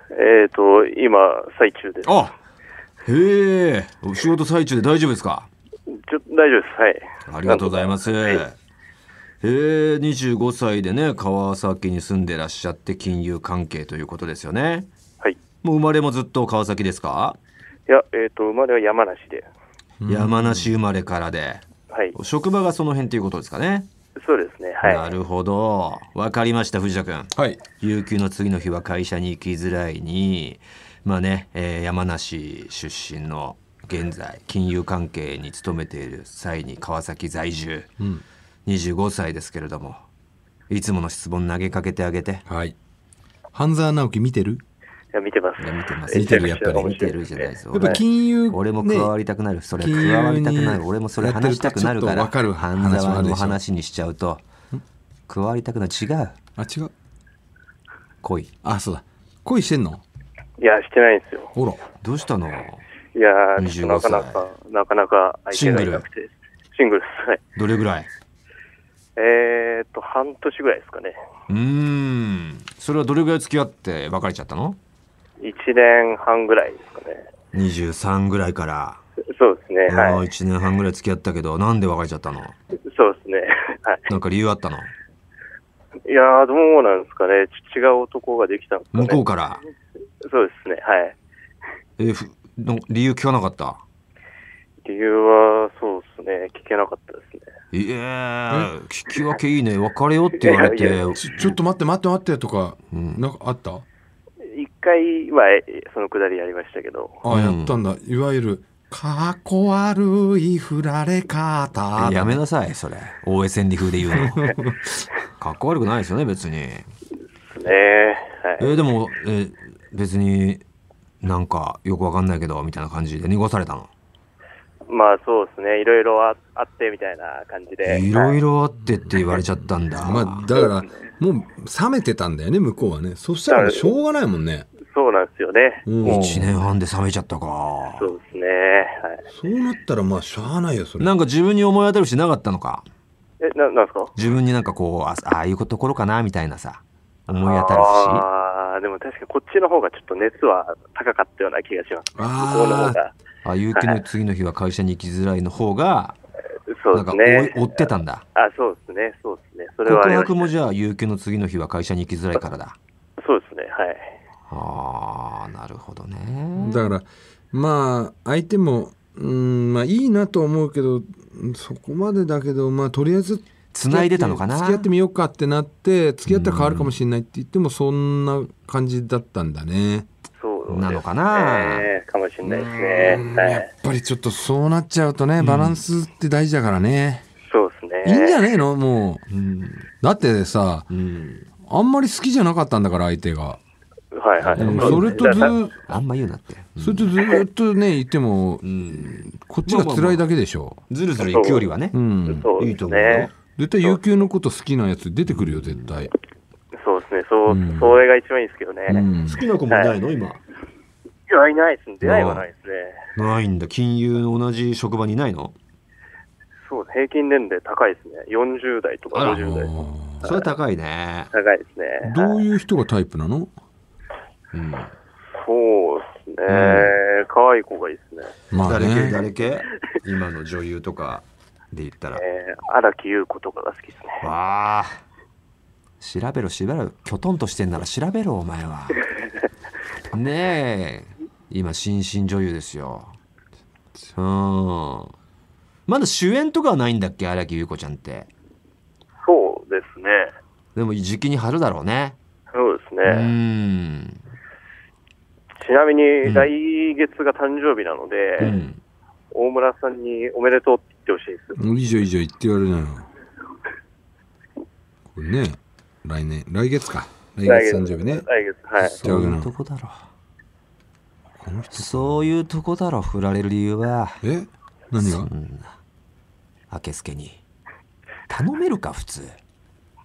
Speaker 3: えっ、と、今、最中です。
Speaker 1: あへえお仕事最中で大丈夫ですか
Speaker 3: ちょ大丈夫です。はい。
Speaker 1: ありがとうございます
Speaker 3: なんとかはい
Speaker 1: えー、25歳でね川崎に住んでらっしゃって金融関係ということですよね
Speaker 3: はい。
Speaker 1: もう生まれもずっと川崎ですか、
Speaker 3: いや、えっ、と、生まれは山梨で。
Speaker 1: 山梨生まれからで
Speaker 3: はい。
Speaker 1: 職場がその辺ということですかね、
Speaker 3: そうですね。はい。
Speaker 1: なるほどわかりました藤田君
Speaker 2: はい
Speaker 1: 有給の次の日は会社に行きづらいにまあね、えー山梨出身の現在金融関係に勤めている際に川崎在住、25歳ですけれどもいつもの質問投げかけてあげて
Speaker 2: はい半沢直樹見てる
Speaker 3: いや見てます。
Speaker 1: いや見てます
Speaker 3: え
Speaker 2: 見てるやっぱり
Speaker 3: めちゃく
Speaker 1: 見
Speaker 3: ち
Speaker 1: て
Speaker 3: ゃ面白いで
Speaker 1: る
Speaker 3: す
Speaker 1: じゃ
Speaker 3: ね
Speaker 1: ないですか
Speaker 2: やっぱ金融、ね、
Speaker 1: 俺も加わりたくなる、それ加わりたくなる俺もそれ話したくなるか
Speaker 2: や
Speaker 1: ら
Speaker 2: ってるとちょっ
Speaker 1: 半
Speaker 2: とわかる話もあ
Speaker 1: 沢の
Speaker 2: るでしょ
Speaker 1: 話にしちゃうと加わりたくなる違う
Speaker 2: あ違う
Speaker 1: 恋
Speaker 2: あそうだ恋してんの
Speaker 3: いや、してないんですよ。
Speaker 2: ほら
Speaker 1: どうしたの
Speaker 3: いやー、ちょっとなかな
Speaker 1: 25
Speaker 3: か、なかなか相手がいなくて。シングルです。はい。
Speaker 1: どれぐらい
Speaker 3: えっ、と、半年ぐらいですかね。
Speaker 1: うーんそれはどれぐらい付き合って別れちゃったの
Speaker 3: 1年半ぐらいですかね。
Speaker 1: 23ぐらいから、
Speaker 3: そうですね。
Speaker 1: あ
Speaker 3: は
Speaker 1: あ
Speaker 3: い。
Speaker 1: 1年半ぐらい付き合ったけどなんで別れちゃったの
Speaker 3: そうですね。 は
Speaker 1: なんか理由あったの
Speaker 3: い。いやー、どうなんですかね。ち違う男ができたんですかね。
Speaker 1: 向こうから、
Speaker 3: そうですね。はい。
Speaker 1: えーふの理由聞かなかった
Speaker 3: 理由は、そうですね。聞けなかったですね。
Speaker 1: いえー、聞き分けいいね別れようって言われて
Speaker 3: いやいや
Speaker 2: ちちょっと待って待って待ってとか、なんかあった
Speaker 3: 一回、まあ、えそのくだりやりましたけど。
Speaker 2: あ、やったんだいわゆるかっこ悪い振られ方
Speaker 1: やめなさいそれ大江千里風で言う のかっこ悪くないですよね別にえ
Speaker 3: ですね。はい。
Speaker 1: ーでも、えー別になんかよくわかんないけどみたいな感じで濁されたの
Speaker 3: まあ、そうですね。いろいろああってみたいな感じで。
Speaker 1: いろ
Speaker 3: はいい
Speaker 1: ろあってって言われちゃったんだ、
Speaker 2: まあだからもう冷めてたんだよね向こうはねそしたらもうしょうがないもんね
Speaker 3: そうなんですよね。
Speaker 2: うん
Speaker 1: 1年半で冷めちゃったか
Speaker 3: そうですね。はい。
Speaker 2: そうなったらまあしゃあないよそれ
Speaker 1: なんか自分に思い当たるしなかったのか
Speaker 3: え、ななんですか
Speaker 1: 自分になんかこうあああいうところかなみたいなさ思い当たるし
Speaker 3: ああ、でも確かにこっちの方がちょっと熱は高かったような気がします。向こうの方
Speaker 2: ああ
Speaker 3: が。
Speaker 1: あ有給の次の日は会社に行きづらいの方が
Speaker 3: そ
Speaker 1: な
Speaker 3: うん
Speaker 1: か
Speaker 3: です
Speaker 1: 追
Speaker 3: ね
Speaker 1: い。追ってたんだ
Speaker 3: あ、そうですね。そうですね。それはあ
Speaker 1: 告
Speaker 3: りま
Speaker 1: 白
Speaker 3: し
Speaker 1: もじゃあ有給の次の日は会社に行きづらいからだ
Speaker 3: た。そうですね。はい。
Speaker 1: あーなるほどね
Speaker 2: だからまあ相手もうんまあいいなと思うけどそこまでだけどまあとりあえず
Speaker 1: 繋いでたのかな
Speaker 2: 付き合ってみようかってなって付き合ったら変わるかもしれないって言ってもそんな感じだったんだね、
Speaker 3: そうですね。
Speaker 1: なのかな
Speaker 3: えーかもしれないですね。は
Speaker 2: やっ
Speaker 3: い。
Speaker 2: ぱりちょっとそうなっちゃうとねバランスって大事だからね、
Speaker 3: そうです
Speaker 2: いいん
Speaker 3: ね。
Speaker 2: じゃねえのもう
Speaker 1: うん、
Speaker 2: だってさ
Speaker 1: うん、
Speaker 2: あんまり好きじゃなかったんだから相手が、
Speaker 3: はいはい。
Speaker 1: うん
Speaker 2: それとず
Speaker 3: だから
Speaker 1: あんま言うなって、うん
Speaker 2: それとずっとね言っても
Speaker 1: うん、
Speaker 2: こっちが辛いだけでしょ、
Speaker 1: ずるずる行くよりはね、
Speaker 2: うん
Speaker 3: そう
Speaker 1: い
Speaker 3: で
Speaker 1: い
Speaker 3: す
Speaker 1: と思うよ
Speaker 3: ね。
Speaker 2: 絶対有給のこと好きなやつ出てくるよ絶対、
Speaker 3: そうですね。そう、
Speaker 2: うん
Speaker 3: それが一番いいですけどね。
Speaker 2: うん、
Speaker 1: 好きな子もいないの今
Speaker 3: いや、いないですね。出会いはないですね。
Speaker 1: ないんだ金融の同じ職場にいないの
Speaker 3: そう、平均年齢高いですね。40代とか
Speaker 1: あら
Speaker 3: 50代とか。
Speaker 1: それは高いね、
Speaker 3: 高いですね。
Speaker 2: どう
Speaker 3: はい
Speaker 2: いう人がタイプなの
Speaker 1: うん、
Speaker 3: そうですね。可愛い子がいいですね。
Speaker 2: まあ
Speaker 1: 誰系
Speaker 2: ね
Speaker 1: 誰系今の女優とかで言ったら
Speaker 3: えー、荒木優子とかが好きですね。
Speaker 1: わあ調べろ調べろきょとんとしてんなら調べろお前はねえ今新進女優ですようんまだ主演とかはないんだっけ荒木優子ちゃんって
Speaker 3: そうですね。
Speaker 1: でも時期に貼るだろうね
Speaker 3: そうです
Speaker 1: う
Speaker 3: ね。
Speaker 1: ん
Speaker 3: ちなみ
Speaker 1: ん
Speaker 3: に、来月が誕生日なので、
Speaker 1: うん
Speaker 3: 大村さんにおめでとうって言ってほしいです。
Speaker 2: もう以上以上言ってやるなよこれね来年来月か来月誕生日ね
Speaker 3: 来月、はい。
Speaker 1: そういうとこだろ
Speaker 2: この人
Speaker 1: そういうとこだろ振られる理由は
Speaker 2: え何
Speaker 1: そ
Speaker 2: が
Speaker 1: んな明けすけに頼めるか普通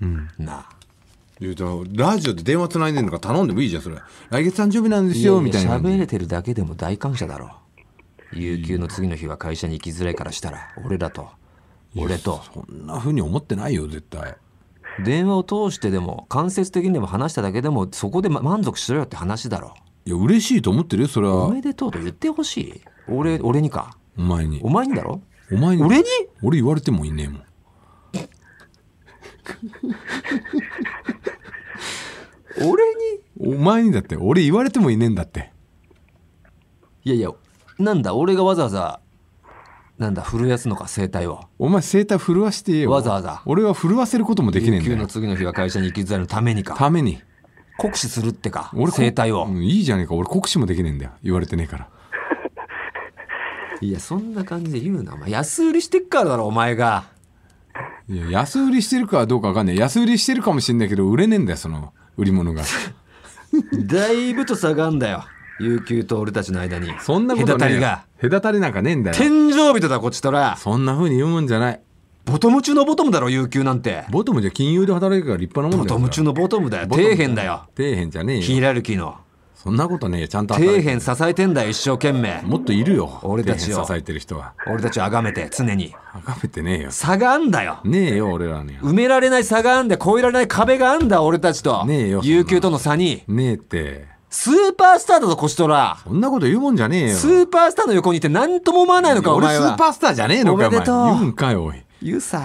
Speaker 2: うん
Speaker 1: なあ
Speaker 2: 言うとラジオで電話つないでんのか頼んでもいいじゃんそれ来月誕生日なんですよみたいな
Speaker 1: 喋れてるだけでも大感謝だろ有給の次の日は会社に行きづらいからしたら俺らと俺と
Speaker 2: そんなふうに思ってないよ絶対
Speaker 1: 電話を通してでも間接的にでも話しただけでもそこでま満足しろよって話だろ
Speaker 2: いや嬉しいと思ってるよそれ
Speaker 1: お
Speaker 2: は
Speaker 1: めでとうと言ってほしい俺俺にか
Speaker 2: お前に
Speaker 1: お前にだろ
Speaker 2: お前に
Speaker 1: 俺に
Speaker 2: 俺言われてもいねえもん
Speaker 1: 俺に
Speaker 2: お前にだって俺言われてもいねえんだって
Speaker 1: いやいやなんだ俺がわざわざなんだ震やすのか声帯を
Speaker 2: お前声帯震わしてえよ
Speaker 1: わざわざ
Speaker 2: 俺は震わせることもできねえんだ
Speaker 1: 急
Speaker 2: よ
Speaker 1: の次の日は会社に行きづらいのためにか
Speaker 2: ために
Speaker 1: 酷使するってか
Speaker 2: 俺こ
Speaker 1: 声帯を
Speaker 2: うんいいじゃねえか俺酷使もできねえんだよ言われてねえから
Speaker 1: いやそんな感じで言うなお前安売りしてっからだろお前が
Speaker 2: いや安売りしてるかどうかわかんない安売りしてるかもしんないけど売れねえんだよその売り 物が
Speaker 1: だいぶと差があんだよ悠久と俺たちの間に
Speaker 2: そんなことねえよ
Speaker 1: 隔たりが
Speaker 2: 隔たりなんかねえんだよ
Speaker 1: 天井人だこっちとら
Speaker 2: そんな風に言うもんじゃない
Speaker 1: ボトム中のボトムだろ悠久なんて
Speaker 2: ボトムじゃ金融で働くから立派な
Speaker 1: ボ
Speaker 2: もんだよ
Speaker 1: トム中のボトムだよ
Speaker 2: ボトム
Speaker 1: 底辺だよ
Speaker 2: 底辺じゃねえ
Speaker 1: ヒ
Speaker 2: よ
Speaker 1: エラルキーの
Speaker 2: そんなことねえよちゃんと
Speaker 1: 底
Speaker 2: 働いて
Speaker 1: 辺支えてんだよ一生懸命
Speaker 2: もっといるよ
Speaker 1: 俺たちを
Speaker 2: 底辺支えてる人は
Speaker 1: 俺たちを崇めて常に
Speaker 2: 崇めてねえよ
Speaker 1: 差があんだよ
Speaker 2: ねえよ俺らには
Speaker 1: 埋められない差があんだよ越えられない壁があんだ俺たちと
Speaker 2: ねえよそんな
Speaker 1: 悠久との差に
Speaker 2: ねえって
Speaker 1: スーパースターだぞこちとら
Speaker 2: そんなこと言うもんじゃねえよ
Speaker 1: スーパースターの横にいて何とも思わないのかお
Speaker 2: 俺
Speaker 1: 前
Speaker 2: ス
Speaker 1: は
Speaker 2: ーパースターじゃねえのか
Speaker 1: おめでとう
Speaker 2: お前言うんかいおい
Speaker 1: 言うさ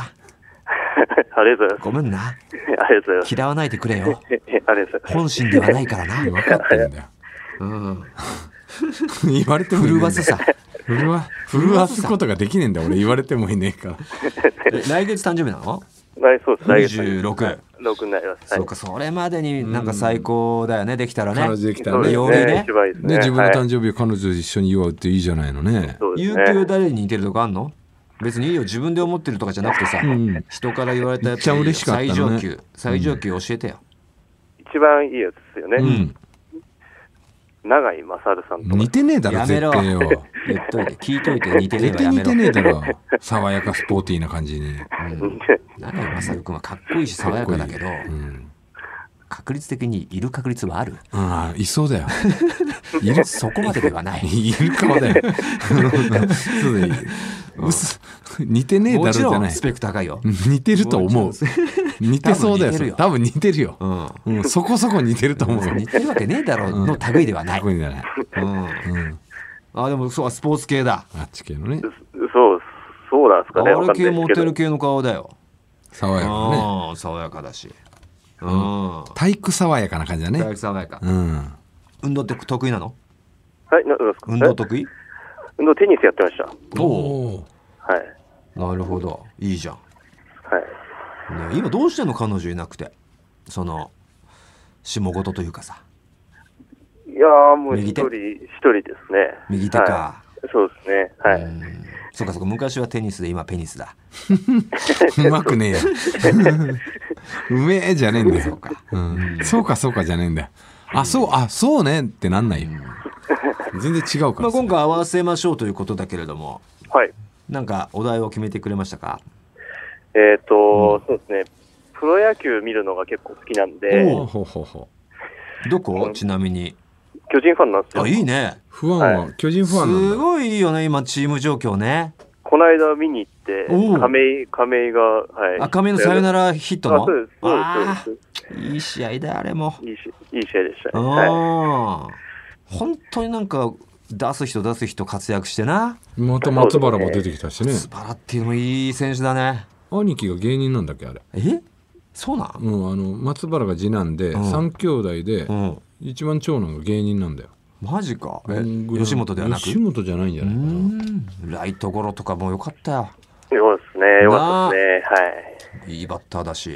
Speaker 3: ありがとうございます。
Speaker 1: ごめんな
Speaker 3: ありがとうございます。
Speaker 1: 嫌わないでくれよ
Speaker 3: ええありがとうございます。
Speaker 1: 本心ではないからな
Speaker 2: 分かってんだよ
Speaker 1: うん
Speaker 2: 言われてもいねえ
Speaker 1: 震
Speaker 2: んだ
Speaker 1: わす さ
Speaker 2: 震わ震わすことができねえんだよ俺言われてもいねえから
Speaker 1: え来月誕生日なの
Speaker 3: はい、そうです。
Speaker 1: 26
Speaker 3: はい六になります。
Speaker 1: そうかそれまでになんか最高だよねできたらね
Speaker 2: 彼女できたら
Speaker 3: そうです
Speaker 2: ね
Speaker 1: よりね
Speaker 3: 一番いいですね。
Speaker 2: ね自分の
Speaker 3: はい
Speaker 2: 誕生日を彼女と一緒に祝うっていいじゃないのね
Speaker 3: そうです
Speaker 1: 有
Speaker 3: ね。
Speaker 1: 給誰に似てるとかあんの別にいいよ自分で思ってるとかじゃなくてさ、
Speaker 2: ん
Speaker 1: 人から言われたや
Speaker 2: い
Speaker 1: つ
Speaker 2: っちゃ嬉しかったのね
Speaker 1: 最上級最上級教えてよ、
Speaker 3: 一番いいやつですよね。
Speaker 2: うん
Speaker 3: 長井勝さんとか
Speaker 2: 似。てねえだろ
Speaker 1: やめ
Speaker 2: 絶
Speaker 1: ろ
Speaker 2: 対よ
Speaker 1: 言っといて聞いといて似てねえわ
Speaker 2: 絶対
Speaker 1: やめ
Speaker 2: 似
Speaker 1: ろ
Speaker 2: てねえだろ爽やかスポーティーな感じに
Speaker 1: 長井勝君はかっこいいし爽やかだけど
Speaker 2: うん
Speaker 1: 確率的にいる確率はある
Speaker 2: ああいそうだよいる
Speaker 1: そこまでではない
Speaker 2: いるかもだよそうだようす似てねえ
Speaker 1: も
Speaker 2: だろ
Speaker 1: ち
Speaker 2: じゃ
Speaker 1: ろ
Speaker 2: なんい
Speaker 1: スペック高いよ、
Speaker 2: 似てると思う
Speaker 1: もちろん
Speaker 2: 似てそうだ
Speaker 1: 多分似てる
Speaker 2: よ
Speaker 1: よ
Speaker 2: 多分似てるよ
Speaker 1: うん、
Speaker 2: うんそこそこ似てると思うよ
Speaker 1: 似てるわけねえだろうの類ではない、
Speaker 2: 特にじゃない
Speaker 1: うん、
Speaker 2: うん
Speaker 1: あでもそうスポーツ系だ
Speaker 2: あっち系のね
Speaker 3: そう、そうなんですかね。わか
Speaker 1: 俺
Speaker 3: んないで
Speaker 1: 系
Speaker 3: す
Speaker 1: モ
Speaker 3: けど
Speaker 1: テる系の顔だよ、
Speaker 2: 爽やかなね
Speaker 1: うん爽やかだしうん
Speaker 2: 体育爽やかな感じだ
Speaker 1: 大
Speaker 2: ね
Speaker 1: 学爽やか
Speaker 2: うん
Speaker 1: 運動って得意なの
Speaker 3: はい、ななんですか。
Speaker 1: 運動
Speaker 3: え
Speaker 1: 得意
Speaker 3: 運動テニスやってました。
Speaker 1: お
Speaker 2: おー
Speaker 3: はい。
Speaker 1: なるほどいいじゃん、
Speaker 3: はい。
Speaker 1: ね今どうしてんの彼女いなくてその下事というかさ
Speaker 3: いやーもう一
Speaker 1: 右手
Speaker 3: 人、一人ですね。
Speaker 1: 右手か
Speaker 3: はい。そうですね。は
Speaker 1: う
Speaker 3: い。
Speaker 1: んそうかそうか昔はテニスで今ペニスだ
Speaker 2: うまくねえようめえじゃねえんだ
Speaker 1: そう
Speaker 2: よ、
Speaker 1: か
Speaker 2: うん、そうかそうかじゃねえんだよあそうあそうねってなんないよ全然違う
Speaker 1: ま
Speaker 2: から
Speaker 1: あ、
Speaker 2: さ
Speaker 1: 今回合わせましょうということだけれども
Speaker 3: はい。
Speaker 1: なんかお題を決めてくれましたか
Speaker 3: えっと、そうですね。プロ野球見るのが結構好きなんで、
Speaker 2: おうほうほうほう
Speaker 1: どこちなみに
Speaker 3: 巨人ファンなんですよ。
Speaker 1: あいいね
Speaker 2: 不安は、巨人ファン
Speaker 1: す
Speaker 2: なんだ
Speaker 1: ごいいいよね今チーム状況ね
Speaker 3: この間見に行って
Speaker 1: おう、
Speaker 3: 亀井、亀井が、はい。
Speaker 1: 赤目のさよな
Speaker 3: ら
Speaker 1: らヒット
Speaker 3: あ、
Speaker 1: の
Speaker 3: そうです。そうです
Speaker 1: あ
Speaker 3: そうで
Speaker 1: ーいい試合だあれも
Speaker 3: す。いいし、いい試合でしたね。は
Speaker 1: あー本当になんか出す人出す人活躍してな
Speaker 2: また松原も出てきたしね
Speaker 1: スパラっていうのもいい選手だね
Speaker 2: 兄貴が芸人なんだっけあれ
Speaker 1: えそうなん
Speaker 2: うんあの松原が次男で、
Speaker 1: ん
Speaker 2: 三兄弟で、
Speaker 1: うん
Speaker 2: 一番長男が芸人なんだよ
Speaker 1: マジかえ
Speaker 2: うん
Speaker 1: 吉本ではなく
Speaker 2: 吉本じゃないんじゃ
Speaker 1: う
Speaker 2: ないかな、
Speaker 1: んライトゴロとかも良かったよ
Speaker 3: い。よかったですね。よかったですね。
Speaker 1: いいバッターだし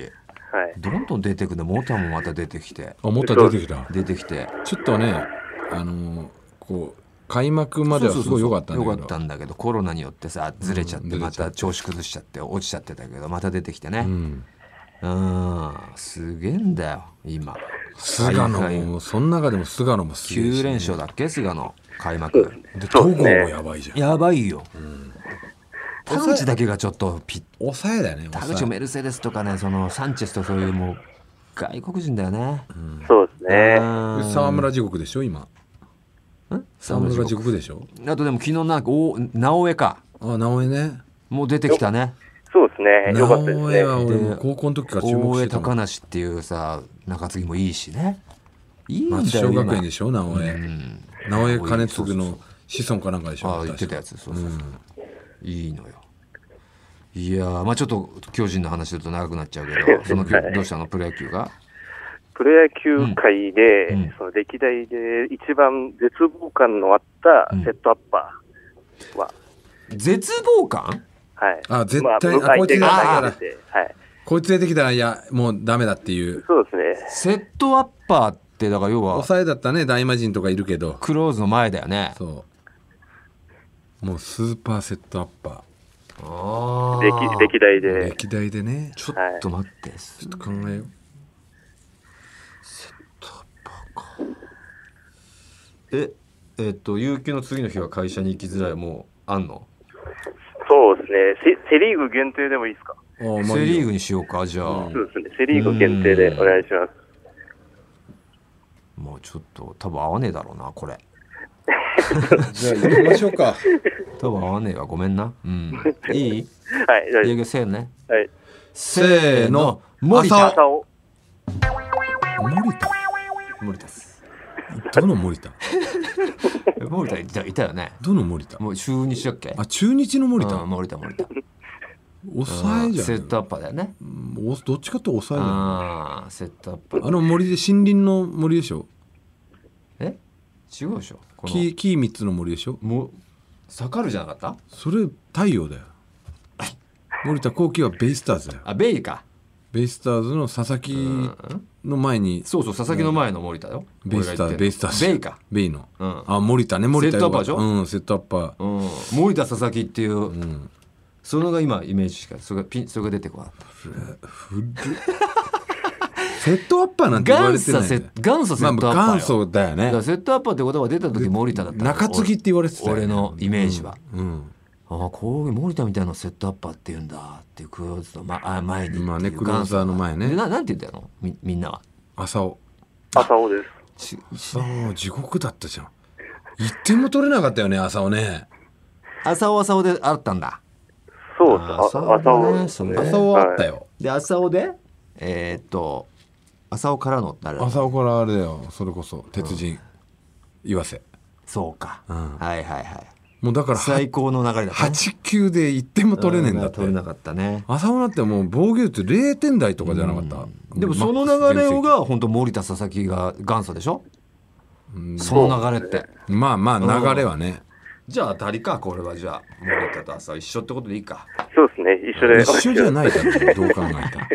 Speaker 3: はい。はい。
Speaker 1: どんどん出てくねモーターもまた出てきて
Speaker 2: あもっと出てきた
Speaker 1: 出てきて
Speaker 2: ちょっとねあのこう開幕まではすごい良かったんだけど
Speaker 1: よかったんだけどコロナによってさずれちゃって
Speaker 2: うん
Speaker 1: ま
Speaker 2: ずれちゃった
Speaker 1: 調子崩しちゃって落ちちゃってたけどまた出てきて
Speaker 2: う
Speaker 1: ね
Speaker 2: ん、
Speaker 1: うんすげえんだよ今
Speaker 2: 菅野もその中でも菅野もすげえし
Speaker 1: 9連勝だっけ菅野開幕
Speaker 2: で戸郷もやばいじゃん
Speaker 1: やばいよ、田口だけがちょっとピッ
Speaker 2: 抑えだよね
Speaker 1: 田
Speaker 2: 抑
Speaker 1: 口も
Speaker 2: え
Speaker 1: メルセデスとかねそのサンチェスとそういうもう外国人だよね、
Speaker 3: そうですね。
Speaker 1: うん
Speaker 2: 沢村地獄でしょ今
Speaker 1: ん
Speaker 2: 沢村が地獄でしょ
Speaker 1: あとでも昨日なんかお直江か
Speaker 2: あ直江ね
Speaker 1: もう出てきたね
Speaker 3: そうですね。よかったです
Speaker 2: 直
Speaker 3: ね
Speaker 2: 江。は俺も
Speaker 1: で
Speaker 2: 高校の時から注目し
Speaker 1: 大江
Speaker 2: てたも
Speaker 1: 高
Speaker 2: ん
Speaker 1: 梨っていうさ中継ぎもいいしねいいんだよ
Speaker 2: 松
Speaker 1: 今
Speaker 2: 商学園でしょ直江、
Speaker 1: うん
Speaker 2: 直江兼次の子孫かなんかでしょ
Speaker 1: ああ言ってたや
Speaker 2: つ
Speaker 1: つそうそうそう、いいのよいやーまあちょっと巨人の話すると長くなっちゃうけ どその
Speaker 3: はい
Speaker 1: どうしたのプロ野球が
Speaker 3: プロ野球界で、
Speaker 1: うん
Speaker 3: その歴代で一番絶望感のあったセットアッパーは、
Speaker 1: 絶望感
Speaker 3: はい。
Speaker 2: あ絶対
Speaker 3: まあ、相手が
Speaker 1: あ
Speaker 3: 投げてて、はい。
Speaker 2: こいつ出てきたらいやもうダメだっていう
Speaker 3: そうですね。
Speaker 1: セットアッパーってだから要は
Speaker 2: 抑えだったね大魔神とかいるけど
Speaker 1: クローズの前だよね
Speaker 2: そうもうスーパーセットアッパ
Speaker 1: あ
Speaker 3: 歴
Speaker 1: ー
Speaker 3: 歴代
Speaker 2: ー
Speaker 3: で。
Speaker 2: 歴代でねちょ
Speaker 1: ちょっと待って、セ
Speaker 2: っと考えよう
Speaker 1: ットアッパーかええっと有給の次の日は会社に行きづらいもうあんの
Speaker 3: そうですねセ。セリーグ限定でもいいですか
Speaker 2: あーまあ
Speaker 1: セ・
Speaker 2: いい
Speaker 1: リー
Speaker 2: よ
Speaker 1: グにしようかじゃあ、
Speaker 3: そうですね。セリーグ限定でお願いします。
Speaker 1: もうちょっと多分合わねえだろうなこれ
Speaker 2: じゃあ行きましょうか
Speaker 1: 多分合わねえわごめんな うんいい
Speaker 3: はい。大
Speaker 1: い
Speaker 3: 丈
Speaker 1: やせーのね
Speaker 3: 夫はい。
Speaker 1: せーの森
Speaker 2: 森田
Speaker 1: 田
Speaker 3: 朝を。
Speaker 2: 森田
Speaker 1: 森田です
Speaker 2: どの森田
Speaker 1: え森田いたいたよね
Speaker 2: どの森田
Speaker 1: もう週にしよっけ
Speaker 2: あ中日の森田
Speaker 1: うん森田森田
Speaker 2: 抑えじゃん
Speaker 1: セットアッパーだよね
Speaker 2: うんおどっちかって抑えだよ
Speaker 1: ああーセットアッパー
Speaker 2: あの森で森林の森でしょ
Speaker 1: え違うでしょこの
Speaker 2: 木木三つの森でしょ
Speaker 1: もう盛るじゃなかった
Speaker 2: それ太陽だよ森田幸喜はベイスターズだよ
Speaker 1: あベイか
Speaker 2: ベイスターズの佐々木の前に
Speaker 1: そうそう佐々木の前の森田よ
Speaker 2: ベイスターズベイスターズ
Speaker 1: ベイか
Speaker 2: ベイの
Speaker 1: うん
Speaker 2: あ森田ね森田
Speaker 1: セットアッパーでしょ
Speaker 2: うんセットアッパ
Speaker 1: うん森田佐々木っていう、
Speaker 2: ーうん
Speaker 1: そのが今イメージしかそれがピンそれが出てこなかった
Speaker 2: 古っセットアッパーなんて言われ
Speaker 1: 元
Speaker 2: てな
Speaker 1: 祖
Speaker 2: い
Speaker 1: セ
Speaker 2: よ
Speaker 1: ッ
Speaker 2: ね
Speaker 1: 元祖セットアッパー
Speaker 2: ま
Speaker 1: よ
Speaker 2: あ元祖だよ
Speaker 1: だから
Speaker 2: ね
Speaker 1: セットアッパーってことは出た時森田だったの
Speaker 2: 中継ぎって言われてたよね
Speaker 1: 俺のイメージは、
Speaker 2: うん
Speaker 1: ああこういう森田みたいなセットアッパーって言うんだっていうクローズの、ま、あ前に
Speaker 2: まあね
Speaker 1: っていう
Speaker 2: クローザーの前ね
Speaker 1: 元祖ななんて言うんだろうみみんなは
Speaker 2: 朝尾
Speaker 3: 朝をです。
Speaker 1: ち
Speaker 2: さあ地獄だったじゃん一点も取れなかったよね朝尾ね
Speaker 1: 朝尾朝尾であったんだ
Speaker 3: そうです。
Speaker 1: 朝
Speaker 3: あ
Speaker 1: をね
Speaker 3: 朝をです
Speaker 1: それ
Speaker 3: ね。
Speaker 2: 朝尾あったよ
Speaker 1: で朝尾でえーっと朝尾からの誰だ
Speaker 2: 朝尾からあれだよそれこそ鉄人岩瀬
Speaker 1: そうか、
Speaker 2: うん
Speaker 1: はいはいはい
Speaker 2: もうだから
Speaker 1: 最高の流れだったね、
Speaker 2: 8球で1点も取れねえんだ
Speaker 1: う
Speaker 2: って
Speaker 1: 取れなかったね
Speaker 2: 浅尾なんてもう防御率0点台とかじゃなかった、
Speaker 1: でもその流れをが本当森田佐々木が元祖でしょ、
Speaker 2: うん
Speaker 1: その流れって
Speaker 2: まあまあ流れはね
Speaker 1: じゃあ当たりかこれはじゃあ森田と朝尾一緒ってことでいいか
Speaker 3: そうですね。一緒で。
Speaker 2: 一緒じゃないだろどう考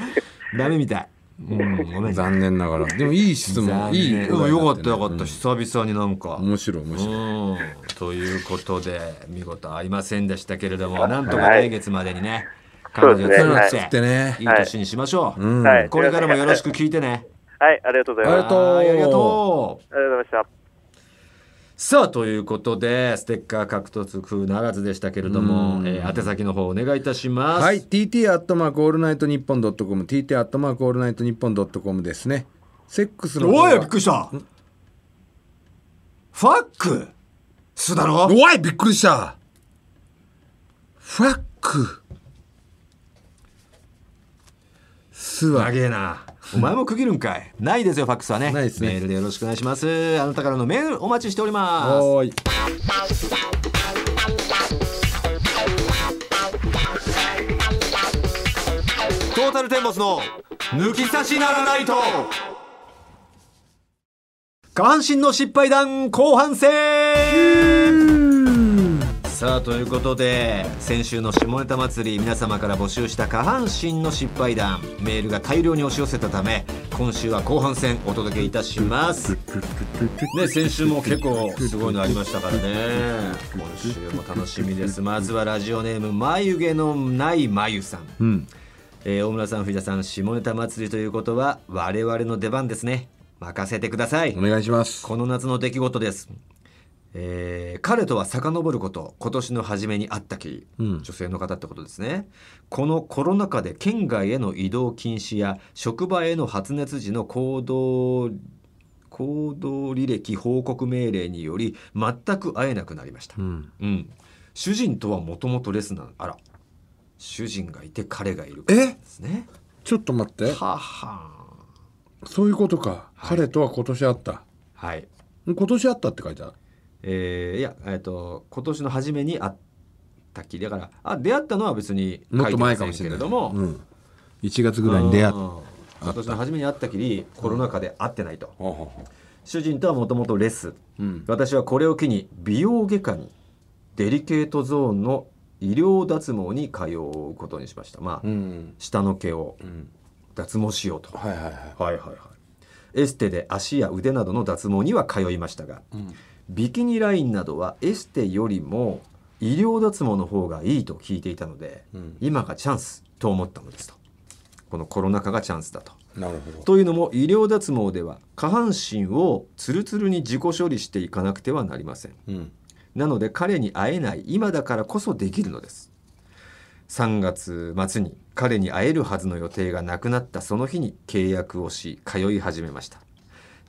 Speaker 1: ダメみたいうんごめん残
Speaker 2: えたら残念ながらでもいい質問
Speaker 1: 念
Speaker 2: いい
Speaker 1: でもよかったよかった、
Speaker 2: うん
Speaker 1: 久々になんか
Speaker 2: 面白い面白い
Speaker 1: うんということで見事合いませんでしたけれどもなんとか来月までにね、彼女を
Speaker 3: そうですね
Speaker 1: 作
Speaker 2: 釣
Speaker 1: っ、
Speaker 2: っててね
Speaker 1: いい年にしましょう、
Speaker 2: うん
Speaker 3: はい
Speaker 1: これからもよろしく聞いてね
Speaker 3: はい。ありがとうござい
Speaker 2: あり
Speaker 3: ます。
Speaker 2: がとう
Speaker 1: はいありがとう
Speaker 3: ありがとうございました。
Speaker 1: さあということでステッカー獲得風ならずでしたけれども、えー宛先の方お願いいたします。
Speaker 2: はい TT アットマークオールナイトニッポンドットコム TT アットマークオールナイトニッポンドットコムですねセックスの方
Speaker 1: おい
Speaker 2: は
Speaker 1: びっくりしたファックすだろ
Speaker 2: おいびっくりしたファックすわ
Speaker 1: 長えなお前も区切るんかいないですよファックスはね
Speaker 2: ないですね
Speaker 1: メールでよろしくお願いしますあなたからのメールお待ちしております
Speaker 2: おーい
Speaker 1: トータルテンボスの抜き差しならないと下半身の失敗談後半戦さあということで先週の下ネタ祭り皆様から募集した下半身の失敗談メールが大量に押し寄せたため今週は後半戦お届けいたしますね先週も結構すごいのありましたからね今週も楽しみですまずはラジオネーム眉毛のない眉さん
Speaker 2: うん
Speaker 1: えー大村さん藤田さん下ネタ祭りということは我々の出番ですね任せてください
Speaker 2: お願いします
Speaker 1: この夏の出来事です、えー彼とは遡ること今年の初めに会ったき、
Speaker 2: うん
Speaker 1: 女性の方ってことですねこのコロナ禍で県外への移動禁止や職場への発熱時の行動行動履歴報告命令により全く会えなくなりました
Speaker 2: うん
Speaker 1: うん、主人とはもともとレスなあら主人がいて彼がいる
Speaker 2: え
Speaker 1: からですね
Speaker 2: ちょっと待って
Speaker 1: はあは
Speaker 2: そういうことか、
Speaker 1: はい
Speaker 2: 彼とは今年会った
Speaker 1: あはい
Speaker 2: 今年会ったって書いてある
Speaker 1: えーいやえっ、と今年の初めにあったっきりだからあ出会ったのは別に
Speaker 2: もっと前かもしれない
Speaker 1: 書てませんけども、
Speaker 2: うん、1月ぐらいに出会
Speaker 1: う
Speaker 2: った
Speaker 1: ん今年の初めに会ったきりコロナ禍で会ってないと、
Speaker 2: ほうほ
Speaker 1: 主人とはもともとレッスン
Speaker 2: ううん
Speaker 1: 私はこれを機に美容外科にデリケートゾーンの医療脱毛に通うことにしましたまあ、
Speaker 2: うん
Speaker 1: 下の毛を
Speaker 2: うん
Speaker 1: 脱毛しようと
Speaker 2: はいはいは
Speaker 1: は
Speaker 2: い
Speaker 1: いはいはいエステで足や腕などの脱毛には通いましたが
Speaker 2: うん
Speaker 1: ビキニラインなどはエステよりも医療脱毛の方がいいと聞いていたので、
Speaker 2: うん
Speaker 1: 今がチャンスと思ったのですとこのコロナ禍がチャンスだと
Speaker 2: なるほど
Speaker 1: というのも医療脱毛では下半身をツルツルに自己処理していかなくてはなりません
Speaker 2: うん
Speaker 1: なので彼に会えない今だからこそできるのです3月末に彼に会えるはずの予定がなくなったその日に契約をし通い始めました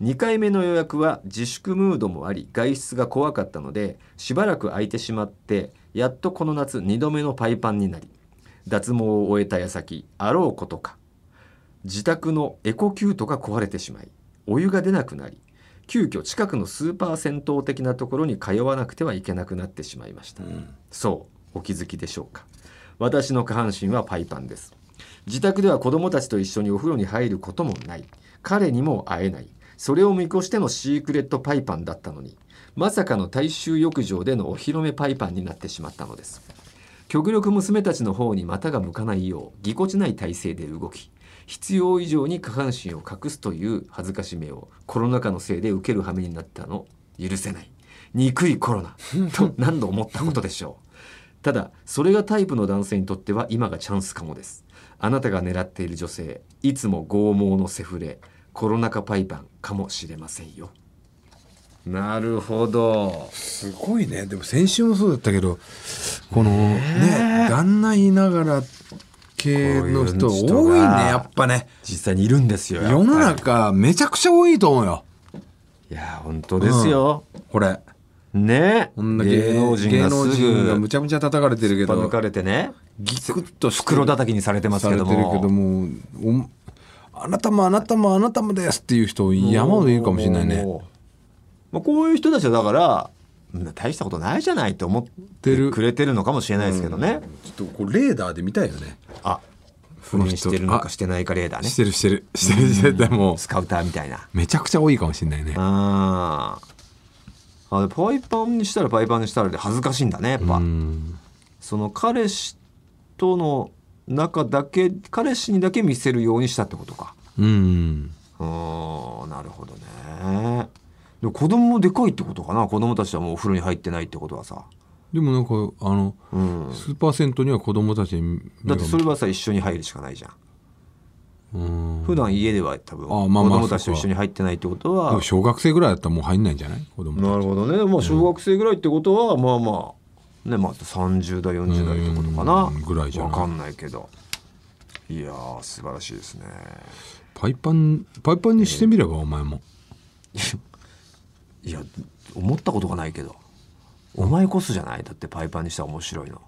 Speaker 1: 2回目の予約は自粛ムードもあり外出が怖かったのでしばらく空いてしまってやっとこの夏2度目のパイパンになり脱毛を終えた矢先あろうことか自宅のエコキュートが壊れてしまいお湯が出なくなり急遽近くのスーパー銭湯的なところに通わなくてはいけなくなってしまいました、
Speaker 2: ん
Speaker 1: そうお気づきでしょうか私の下半身はパイパンです自宅では子供たちと一緒にお風呂に入ることもない彼にも会えないそれを見越してのシークレットパイパンだったのにまさかの大衆浴場でのお披露目パイパンになってしまったのです極力娘たちの方に股が向かないようぎこちない体勢で動き必要以上に下半身を隠すという恥ずかしめをコロナ禍のせいで受ける羽目になったの許せない憎いコロナ と何度思ったことでしょうただそれがタイプの男性にとっては今がチャンスかもですあなたが狙っている女性いつも剛毛のセフレコロナ禍パイパンかもしれませんよなるほど
Speaker 2: すごいねでも先週もそうだったけどこのね旦那いながら系の人
Speaker 1: こういう人
Speaker 2: 多いね
Speaker 1: が
Speaker 2: やっぱね
Speaker 1: 実際にいるんですよやっぱ
Speaker 2: 世
Speaker 1: り
Speaker 2: の中めちゃくちゃ多いと思うよ
Speaker 1: いや本当ですよ、
Speaker 2: これ
Speaker 1: ね
Speaker 2: こんだけ
Speaker 1: 芸能人がす
Speaker 2: 芸能人が
Speaker 1: ぐ
Speaker 2: むちゃむちゃ叩かれてるけ
Speaker 1: ば
Speaker 2: ど
Speaker 1: 抜かれてね
Speaker 2: ギクッとして
Speaker 1: 袋叩きにされてますけども
Speaker 2: されてるけどもおあなたもあなたもあなたもですっていう人山ほどいるかもしれないね
Speaker 1: もうまあ、こういう人たちはだからうん大したことないじゃないと思ってくれてるのかもしれないですけどね、
Speaker 2: ちょっとこうレーダーで見たいよね
Speaker 1: あ不
Speaker 2: この
Speaker 1: 倫
Speaker 2: 人
Speaker 1: してるのかしてないかレーダーね
Speaker 2: してるしてるしてるしてるでも
Speaker 1: スカウターみたいな
Speaker 2: めちゃくちゃ多いかもしれないね
Speaker 1: あーあでパイパンにしたらパイパンにしたらで恥ずかしいんだねやっぱ、
Speaker 2: うん
Speaker 1: その彼氏との中だけ彼氏にだけ見せるようにしたってことか
Speaker 2: うん
Speaker 1: うーんなるほどねでも子供もでかいってことかな子供たちはもうお風呂に入ってないってことはさ、
Speaker 2: でもなんかあの
Speaker 1: うん、
Speaker 2: スーパー銭湯には子供たちに
Speaker 1: だってそれはさ一緒に入るしかないじゃん
Speaker 2: うん
Speaker 1: 普段家では多分
Speaker 2: あ
Speaker 1: 子
Speaker 2: まあまあ
Speaker 1: 供たちと一緒に入ってないってこと
Speaker 2: で
Speaker 1: は
Speaker 2: も小学生ぐらいだったらもう入んないんじゃない子供
Speaker 1: なるほどねまあ小学生ぐらいってことは、まあまあねまあ30代40代ってことかな
Speaker 2: うんぐらいじゃな
Speaker 1: わ
Speaker 2: い
Speaker 1: かんないけどいやー素晴らしいですね
Speaker 2: パイパンパイパンにしてみればお前も
Speaker 1: いや思ったことがないけどお前こそじゃないだってパイパンにしたら面白いの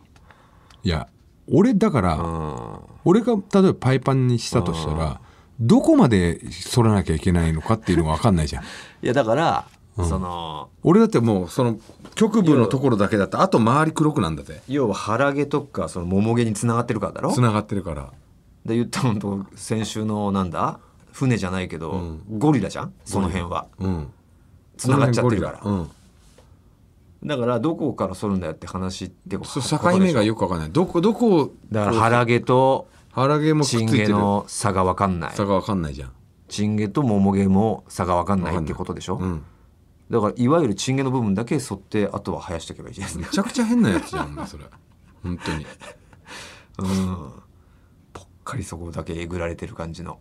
Speaker 2: いや俺だから、
Speaker 1: う
Speaker 2: 俺が例えばパイパンにしたとしたらどこまで反らなきゃいけないのかっていうのが分かんないじゃん
Speaker 1: んいやだから、その
Speaker 2: 俺だってもうその局部のところだけだったあと周り黒くなんだって
Speaker 1: 要は腹毛とかその桃毛につながってるからだろ
Speaker 2: つながってるから
Speaker 1: で言ったのと先週のなんだ船じゃないけど、ゴリラじゃんその辺は
Speaker 2: うん
Speaker 1: つながっちゃってるから
Speaker 2: ゴリラうん
Speaker 1: だからどこから剃るんだよって話ってこ
Speaker 2: そ
Speaker 1: と
Speaker 2: う境目がよく分かんないどこどこを
Speaker 1: だから腹毛と
Speaker 2: 腹毛もくっつ
Speaker 1: チ
Speaker 2: い
Speaker 1: ン
Speaker 2: て
Speaker 1: ゲ
Speaker 2: る
Speaker 1: の差が分かんない
Speaker 2: 差が分かんないじゃん
Speaker 1: チンゲと桃毛も差が分かんないってことでしょ、
Speaker 2: うん
Speaker 1: だからいわゆるチンゲの部分だけ剃ってあとは生やしておけばいいじゃないで
Speaker 2: め
Speaker 1: す
Speaker 2: ちゃくちゃ変なやつじゃんお前それ 本当に
Speaker 1: か、うん、ぽっかりそこだけえぐられてる感じの、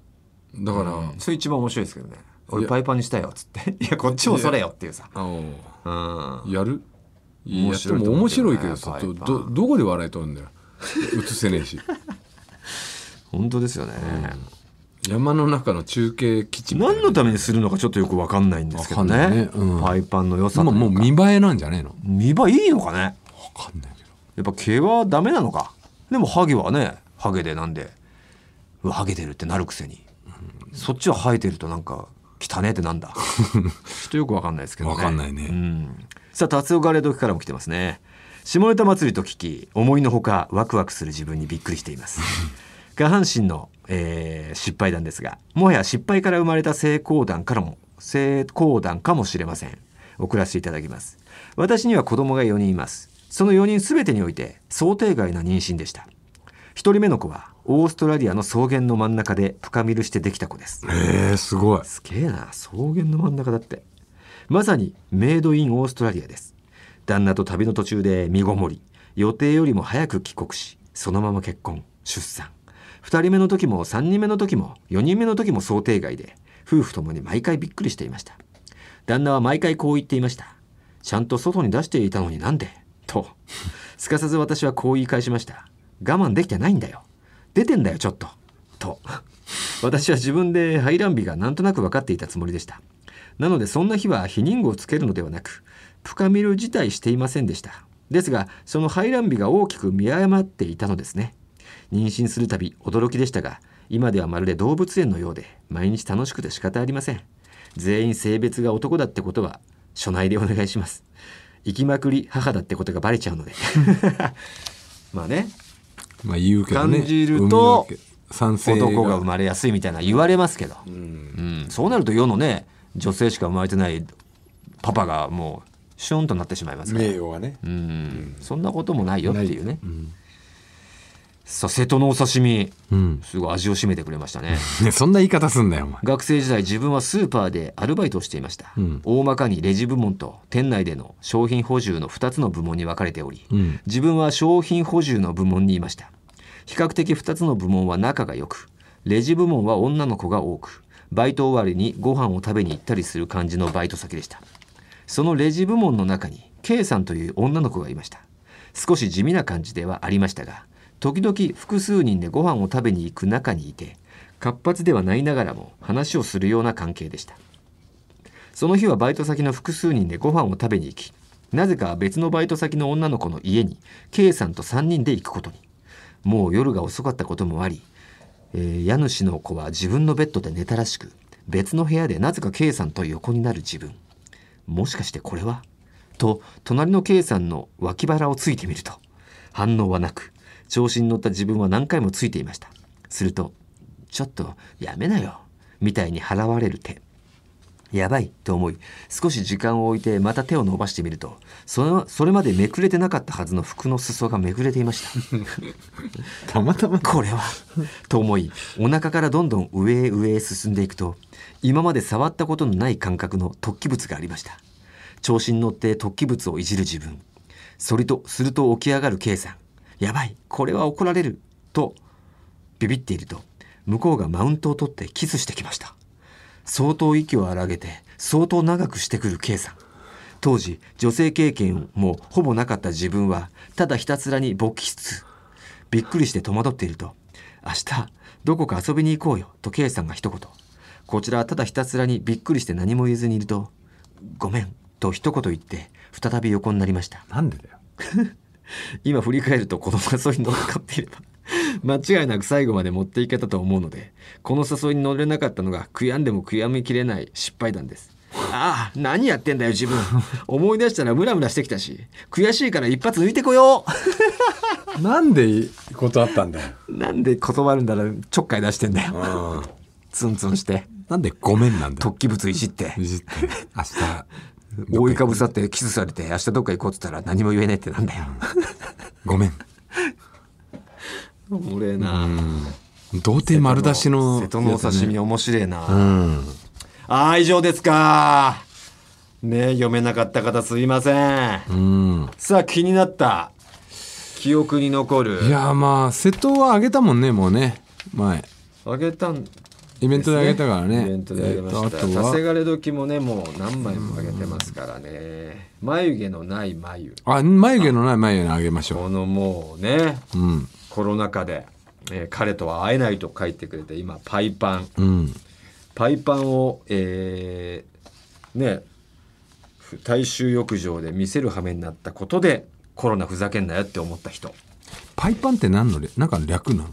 Speaker 2: だから、
Speaker 1: うんそれ一番面白いですけどね
Speaker 2: い
Speaker 1: 俺
Speaker 2: や
Speaker 1: パイパンにしたよっつって いやこっちも剃れよっていうさ
Speaker 2: あお
Speaker 1: うん
Speaker 2: やるや
Speaker 1: 面
Speaker 2: って
Speaker 1: 白い
Speaker 2: も
Speaker 1: と思
Speaker 2: 面
Speaker 1: うけどね
Speaker 2: 白いけどさ
Speaker 1: パイ
Speaker 2: ど
Speaker 1: パン
Speaker 2: どどこで笑いとるんだよ映せねえし
Speaker 1: 本当ですよね、
Speaker 2: 山の中の中継基地みたいな
Speaker 1: 何のためにするのかちょっとよく分かんないんですけど
Speaker 2: わか
Speaker 1: ね
Speaker 2: んないねうん
Speaker 1: パイパンの良さと
Speaker 2: ま
Speaker 1: い
Speaker 2: あ
Speaker 1: うか
Speaker 2: もう見栄えなんじゃねえの
Speaker 1: 見栄えいいのかね
Speaker 2: 分かんないけど
Speaker 1: やっぱ毛はダメなのかでもハゲはねハゲでなんでうわハゲてるってなるくせに、そっちは生えてるとなんか汚ねえってなん だちょっとよくわかんないですけどね
Speaker 2: わかんないね
Speaker 1: うんさあ達夫ガレード期からも来てますね下ネタ祭りと聞き思いのほかワクワクする自分にびっくりしています下半身の、えー失敗談ですがもはや失敗から生まれた成功談からも成功談かもしれません送らせていただきます私には子供が4人いますその4人全てにおいて想定外な妊娠でした1人目の子はオーストラリアの草原の真ん中でプカミルしてできた子です
Speaker 2: えー、すごい。
Speaker 1: すげえな草原の真ん中だってまさにメイドインオーストラリアです旦那と旅の途中で身ごもり予定よりも早く帰国しそのまま結婚出産2人目の時も3人目の時も4人目の時も想定外で夫婦ともに毎回びっくりしていました旦那は毎回こう言っていましたちゃんと外に出していたのになんでとすかさず私はこう言い返しました我慢できてないんだよ出てんだよちょっとと私は自分で排卵日がなんとなく分かっていたつもりでしたなのでそんな日は避妊具をつけるのではなくプカミル自体していませんでしたですがその排卵日が大きく見誤っていたのですね妊娠するたび驚きでしたが今ではまるで動物園のようで毎日楽しくて仕方ありません全員性別が男だってことは所内でお願いします行きまくり母だってことがバレちゃうので まあね
Speaker 2: まあ言うけどね。
Speaker 1: 感じると
Speaker 2: 海の家賛成
Speaker 1: 男が生まれやすいみたいな言われますけど、うんそうなると世のね女性しか生まれてないパパがもうシュンとなってしまいますから、
Speaker 2: 名誉がね。
Speaker 1: うん、そんなこともないよっていうね、さあ瀬戸のお刺身、
Speaker 2: うん。
Speaker 1: すごい味を占めてくれましたね
Speaker 2: ねそんな 言い方すんだよお前。
Speaker 1: 学生時代自分はスーパーでアルバイトをしていました、
Speaker 2: うん
Speaker 1: 大まかにレジ部門と店内での商品補充の2つの部門に分かれており、
Speaker 2: うん
Speaker 1: 自分は商品補充の部門にいました比較的2つの部門は仲が良くレジ部門は女の子が多くバイト終わりにご飯を食べに行ったりする感じのバイト先でしたそのレジ部門の中に K さんという女の子がいました少し地味な感じではありましたが時々複数人でご飯を食べに行く中にいて活発ではないながらも話をするような関係でしたその日はバイト先の複数人でご飯を食べに行き、なぜか別のバイト先の女の子の家に、K さんと3人で行くことに。もう夜が遅かったこともあり、えー家主の子は自分のベッドで寝たらしく、別の部屋でなぜか K さんと横になる自分。もしかしてこれはと、隣の K さんの脇腹をついてみると、反応はなく、調子に乗った自分は何回もついていました。すると、ちょっとやめなよ、みたいに払われる手。やばいと思い少し時間を置いてまた手を伸ばしてみるとそのそれまでめくれてなかったはずの服の裾がめくれていました
Speaker 2: たまたま。
Speaker 1: これはと思いお腹からどんどん上へ上へ進んでいくと今まで触ったことのない感覚の突起物がありました調子に乗って突起物をいじる自分それとすると起き上がる K さんやばいこれは怒られるとビビっていると向こうがマウントを取ってキスしてきました相当息を荒げて相当長くしてくる K さん当時女性経験もほぼなかった自分はただひたすらに勃起室びっくりして戸惑っていると「明日どこか遊びに行こうよ」と K さんが一言こちらはただひたすらにびっくりして何も言えずにいると「ごめん」と一言言って再び横になりました
Speaker 2: なんでだよ。
Speaker 1: 今振り返るとこの誘いに乗っかっていれば 間違いなく最後まで持っていけたと思うのでこの誘いに乗れなかったのが悔やんでも悔やみきれない失敗談ですああ何やってんだよ自分思い出したらムラムラしてきたし悔しいから一発抜いてこよ
Speaker 2: なんでいいことあったんだよ。
Speaker 1: うなんで断るんだらちょっかい出してんだよ
Speaker 2: うん。
Speaker 1: ツンツンして
Speaker 2: なんでごめんなんだよ。
Speaker 1: 突起物いじって
Speaker 2: いじって明日
Speaker 1: 覆いかぶさってキスされて明日どっか行こうって言ったら何も言えねえってなんだよ
Speaker 2: ごめん。
Speaker 1: おもれえな
Speaker 2: 童貞丸出しの
Speaker 1: 瀬戸のお刺身面白えな、
Speaker 2: うん。
Speaker 1: ああ、以上ですか。ね読めなかった方すいません。
Speaker 2: うん。
Speaker 1: さあ、気になった。記憶に残
Speaker 2: い
Speaker 1: る。
Speaker 2: やーまあ瀬戸はあげたもんねもうね前
Speaker 1: あげたんですね、
Speaker 2: イベントであげたからね
Speaker 1: イベントであげまし
Speaker 2: えー
Speaker 1: た。
Speaker 2: と
Speaker 1: さ
Speaker 2: あ
Speaker 1: せ
Speaker 2: とは
Speaker 1: がれ時もね、もう何枚もあげてますからね。眉毛のない眉。
Speaker 2: あ眉毛のない眉毛のあげましょ
Speaker 1: このもうね、
Speaker 2: ううん
Speaker 1: コロナ禍で、えー彼とは会えないと書いてくれて、今、パイパン。
Speaker 2: うん
Speaker 1: パイパンを、えーね大衆浴場で見せる羽目になったことでコロナふざけんなよって思った人
Speaker 2: パイパンって何のれなんか略なの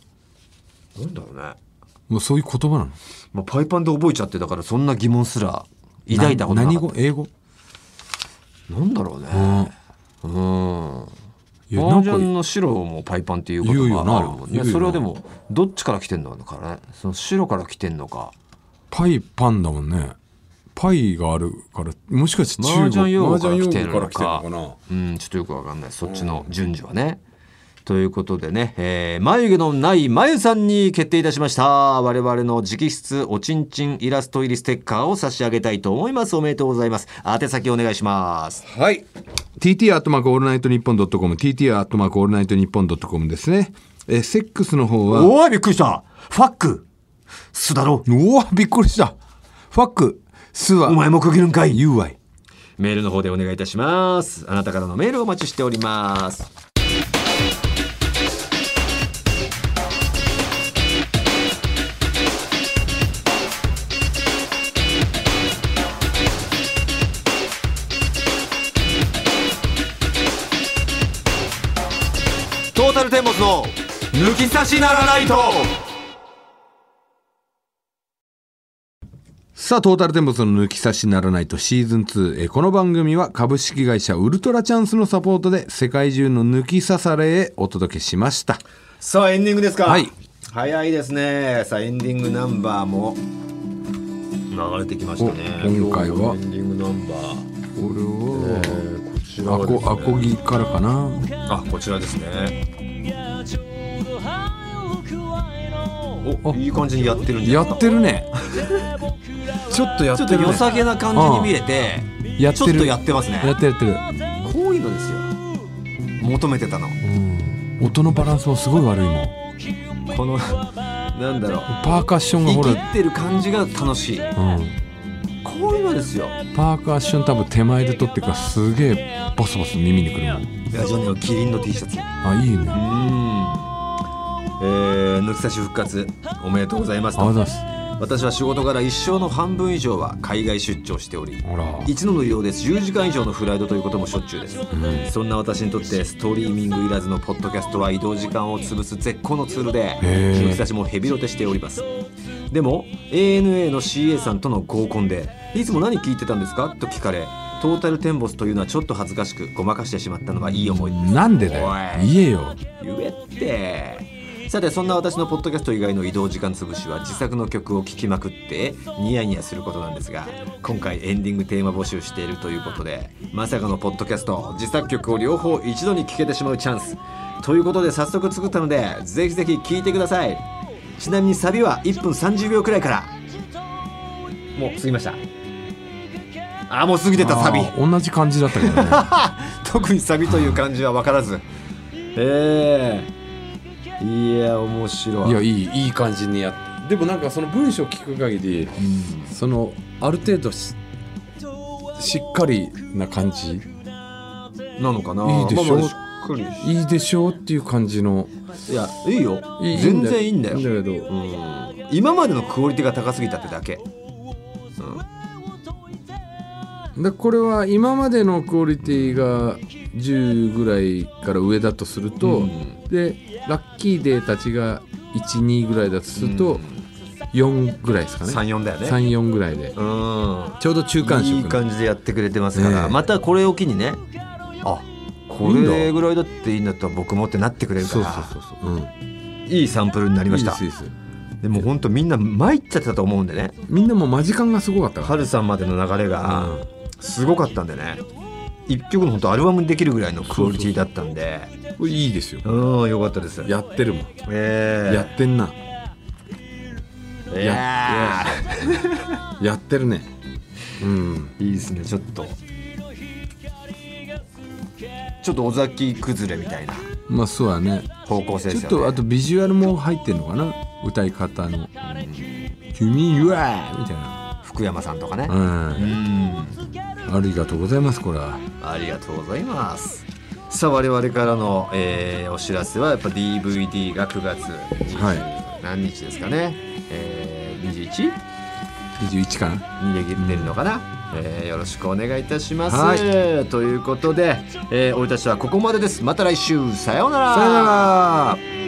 Speaker 1: なんだろうね、
Speaker 2: もうそういう言葉なの
Speaker 1: まあ、パイパンで覚えちゃってだからそんな疑問すら抱いたことな
Speaker 2: な
Speaker 1: か
Speaker 2: 何
Speaker 1: っ
Speaker 2: 語英語
Speaker 1: たなんだろう
Speaker 2: うん
Speaker 1: ねうん
Speaker 2: や
Speaker 1: 麻
Speaker 2: なんか
Speaker 1: 雀の白もパイパンっていうこ
Speaker 2: 言うよ
Speaker 1: と
Speaker 2: な
Speaker 1: があるもん
Speaker 2: 言う
Speaker 1: ね
Speaker 2: よな
Speaker 1: それはでもどっちから来てんのかねその白から来てんのか
Speaker 2: パイパンだもんねパイがあるからもしかして中
Speaker 1: 麻雀
Speaker 2: 国
Speaker 1: 用語から来てる
Speaker 2: 麻
Speaker 1: のか
Speaker 2: 雀用語から来てるのか
Speaker 1: うんちょっとよくわかんないそっちの順序はね、ということでね、えー眉毛のない眉さんに決定いたしました我々の直筆おちんちんイラスト入りステッカーを差し上げたいと思いますおめでとうございます宛先お願いします
Speaker 2: なはい TT アットマークオールナイトニッポンドットコム TT アットマークオールナイトニッポンドットコムですねえーセックスの方は
Speaker 1: おいびっくりしたファックすだろ
Speaker 2: おおびっくりしたファックスは
Speaker 1: お前も区切るんかい
Speaker 2: UI
Speaker 1: メールの方でお願いいたしますあなたからのメールをお待ちしておりますトータルテンボスの抜き差しならないと
Speaker 2: さあトータルテンボスの抜き差しならないとシーズン2、えーこの番組は株式会社ウルトラチャンスのサポートで世界中の抜き刺されへお届けしました
Speaker 1: さあエンディングですか
Speaker 2: はい
Speaker 1: 早いですねさあエンディングナンバーも流れてきましたね
Speaker 2: お今回は
Speaker 1: 今日のエンディングナンバー
Speaker 2: これは、
Speaker 1: こち
Speaker 2: アコアコギからかな
Speaker 1: あこちらですねおいい感じにやってるんじゃ
Speaker 2: や
Speaker 1: ないですか
Speaker 2: ってるねちょっとや っ
Speaker 1: ち
Speaker 2: て
Speaker 1: ょっ
Speaker 2: る
Speaker 1: と
Speaker 2: ね
Speaker 1: 良さげな感じに見えて
Speaker 2: やっ
Speaker 1: ち
Speaker 2: て
Speaker 1: ょっ
Speaker 2: る
Speaker 1: とやってますね
Speaker 2: やってるやってる、
Speaker 1: こういうのですよ求めてたの
Speaker 2: うん、音のバランスもすごい悪いもん
Speaker 1: この なんだろう
Speaker 2: パーカッションがほ
Speaker 1: 生
Speaker 2: ら、う
Speaker 1: きってる感じが楽しい
Speaker 2: ん、
Speaker 1: こういうのですよ
Speaker 2: パーカッション多分手前で撮ってるからすげえボスボス耳にくるもん
Speaker 1: ラジオネオキリンの T シャツ
Speaker 2: あいいねあ
Speaker 1: えー抜き差し復活おめでとうございます
Speaker 2: りがとうございます
Speaker 1: 私は仕事から一生の半分以上は海外出張しており
Speaker 2: ほら
Speaker 1: 一度の利用です10時間以上のフライトということもしょっちゅうです、そんな私にとってストリーミングいらずのポッドキャストは移動時間を潰す絶好のツールで
Speaker 2: へー
Speaker 1: 抜き差しもヘビロテしておりますでも ANA の CA さんとの合コンで「いつも何聞いてたんですか?」と聞かれトータルテンボスというのはちょっと恥ずかしくごまかしてしまったのはいい思いです
Speaker 2: なんでだよ
Speaker 1: おい
Speaker 2: 言えよ
Speaker 1: 言えってさてそんな私のポッドキャスト以外の移動時間つぶしは自作の曲を聴きまくってニヤニヤすることなんですが今回エンディングテーマ募集しているということでまさかのポッドキャスト自作曲を両方一度に聴けてしまうチャンスということで早速作ったのでぜひぜひ聴いてくださいちなみにサビは1分30秒くらいからもう過ぎましたあもう過ぎてたサビ
Speaker 2: あー同じ感じだったけど ね
Speaker 1: 特にサビという感じは分からずええいや面白い
Speaker 2: いやいいいい感じにやっでもなんかその文章を聞く限り、そのある程度ししっかりな感じ
Speaker 1: なのかない
Speaker 2: いでしょ
Speaker 1: まあまあしっか
Speaker 2: いいでしょうっていう感じの
Speaker 1: りいやいいよ
Speaker 2: いい
Speaker 1: 全然いいんだよ
Speaker 2: いいんだけど
Speaker 1: うん今までのクオリティが高すぎたってだけ
Speaker 2: でこれは今までのクオリティが10ぐらいから上だとすると、
Speaker 1: うん
Speaker 2: でラッキーデーたちが12ぐらいだとすると、
Speaker 1: うん
Speaker 2: 4ぐらいですかね
Speaker 1: 34だよね
Speaker 2: 34ぐらいで
Speaker 1: うん
Speaker 2: ちょうど中間色
Speaker 1: いい感じでやってくれてますから、
Speaker 2: ええ
Speaker 1: またこれを機にねあこ
Speaker 2: いい
Speaker 1: れ
Speaker 2: んだ
Speaker 1: ぐらいだっていいんだったら僕もってなってくれるか
Speaker 2: そう
Speaker 1: ら
Speaker 2: そうそうそう、うん、
Speaker 1: いいサンプルになりました
Speaker 2: いいですいいです
Speaker 1: でも本当みんな参っちゃってたと思うんでね
Speaker 2: みんなもう間近がすごかったから
Speaker 1: ハルさんまでの流れが
Speaker 2: うん
Speaker 1: すごかったんでね一曲の本当アルバムにできるぐらいのクオリティだったんで
Speaker 2: これいいですよ
Speaker 1: うんよかったです
Speaker 2: やってるもん、
Speaker 1: え
Speaker 2: やってんな
Speaker 1: いや
Speaker 2: やってるねうん
Speaker 1: いいですねちょっとちょっと尾崎崩れみたいな
Speaker 2: まあそうだね
Speaker 1: 方向性で
Speaker 2: ち
Speaker 1: す
Speaker 2: ょっ
Speaker 1: よ
Speaker 2: と
Speaker 1: ね
Speaker 2: あとビジュアルも入ってんのかな歌い方の「君は」みたいな
Speaker 1: 福山さんとかね
Speaker 2: う
Speaker 1: うんん
Speaker 2: ありがとうございますこれは
Speaker 1: ありがとうございます。さあ我々からの、えーお知らせはやっぱ DVD が9月
Speaker 2: は
Speaker 1: 20何日ですかね、えー 21?
Speaker 2: 21かな
Speaker 1: にできてるのかな、えーよろしくお願いいたします。
Speaker 2: は
Speaker 1: ということで、えー俺たちはここまでですまた来週さようなら
Speaker 2: さよなら